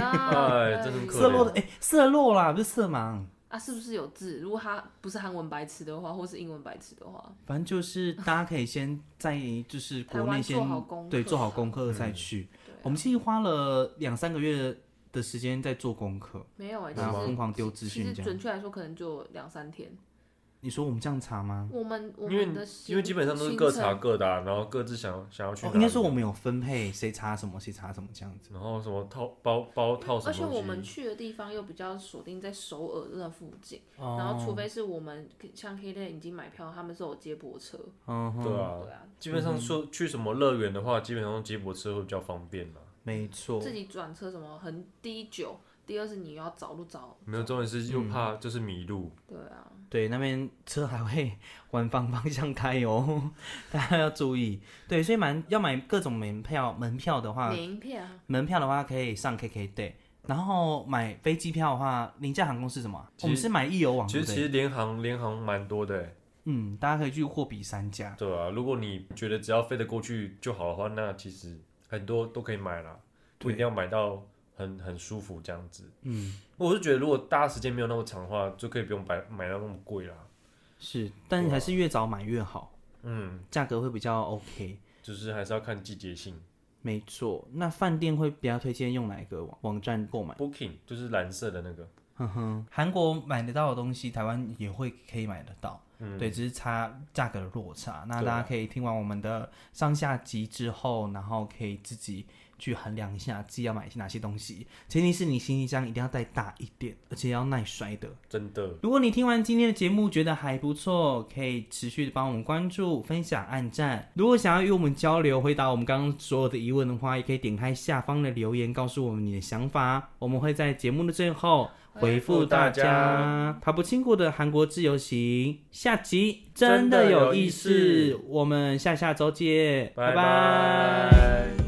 S4: 哎真的很可
S2: 色
S4: 怜
S3: 色
S2: 弱
S3: 落
S2: 的哎，色弱啦，不是色盲，
S3: 啊，是不是有字？如果他不是韩文白痴的话，或是英文白痴的话，
S2: 反正就是大家可以先在就是国内先
S3: 台湾做好功课嗯
S2: 对做好功课再去
S3: 对。啊
S2: 我们其实花了两三个月的时间在做功课，
S3: 没有哎、其
S2: 然后
S3: 实
S2: 疯狂丢资
S3: 其
S2: 讯这
S3: 实准
S2: 样。
S3: 确来说，可能就两三天。
S2: 你说我们这样查吗？
S3: 我们我
S4: 因为
S3: 们的行
S4: 因为基本上都是各查
S3: 行程
S4: 各的啊，然后各自想想要去
S2: 哦
S4: 哪，里。
S2: 应该说我们有分配，谁查什么谁查什么这样子。
S4: 然后什么套包包套什
S3: 嗯而且
S4: 么
S3: 我们
S4: 东西，
S3: 去的地方又比较锁定在首尔那附近，
S2: 哦
S3: 然后除非是我们像 K 类已经买票，他们是有接驳车，
S2: 嗯哼，
S4: 对啊
S3: 对，啊，
S4: 基本上说去什么乐园的话，基本上接驳车会比较方便啊嘛。
S2: 没
S4: 哦
S2: 错
S3: 自。己转车什么很第一久，第二是你要找路找，
S4: 没有，重点是又
S2: 嗯
S4: 怕就是迷路，
S3: 对啊，
S2: 对，那边车还会 往反方向开哦， 大家要注意。对，所以蛮要买各种门票，门票的话，
S3: 免票啊，
S2: 门票的话可以上 KKday，然后买飞机票的话，廉价航空是什么啊？
S4: 其实
S2: 我们是买易游网，
S4: 其
S2: 对
S4: 实
S2: 不对
S4: 其实联航联航蛮多的欸，
S2: 嗯，大家可以去货比三家。
S4: 对啊，如果你觉得只要飞得过去就好的话，那其实很多都可以买啦，不一定要买到很很舒服这样子。
S2: 嗯，
S4: 我是觉得如果大家时间没有那么长的话，就可以不用买买到那么贵啦。
S2: 是，但你还是越早买越好，
S4: 嗯，
S2: 价格会比较 OK。
S4: 就是还是要看季节性。
S2: 没错，那饭店会比较推荐用哪个网网站购买？
S4: Booking 就是蓝色的那个，
S2: 哼
S4: 嗯
S2: 哼，韩国买得到的东西，台湾也会可以买得到，
S4: 嗯
S2: 对，只是差价格的落差。那
S4: 对啊
S2: 大家可以听完我们的上下集之后，然后可以自己去衡量一下自己要买哪些东西。前提是你行李箱一定要带大一点，而且要耐摔的。
S4: 真的。
S2: 如果你听完今天的节目觉得还不错，可以持续的帮我们关注、分享、按赞。如果想要与我们交流、回答我们刚刚所有的疑问的话，也可以点开下方的留言，告诉我们你的想法。我们会在节目的最后回复大
S4: 回复
S2: 家
S4: 大。
S2: 跑步经过的韩国自由行下集真
S4: 真
S2: 的
S4: 的
S2: 有
S4: 有
S2: 意
S4: 意
S2: 思
S4: 思，
S2: 我们下下周见，拜
S4: 拜拜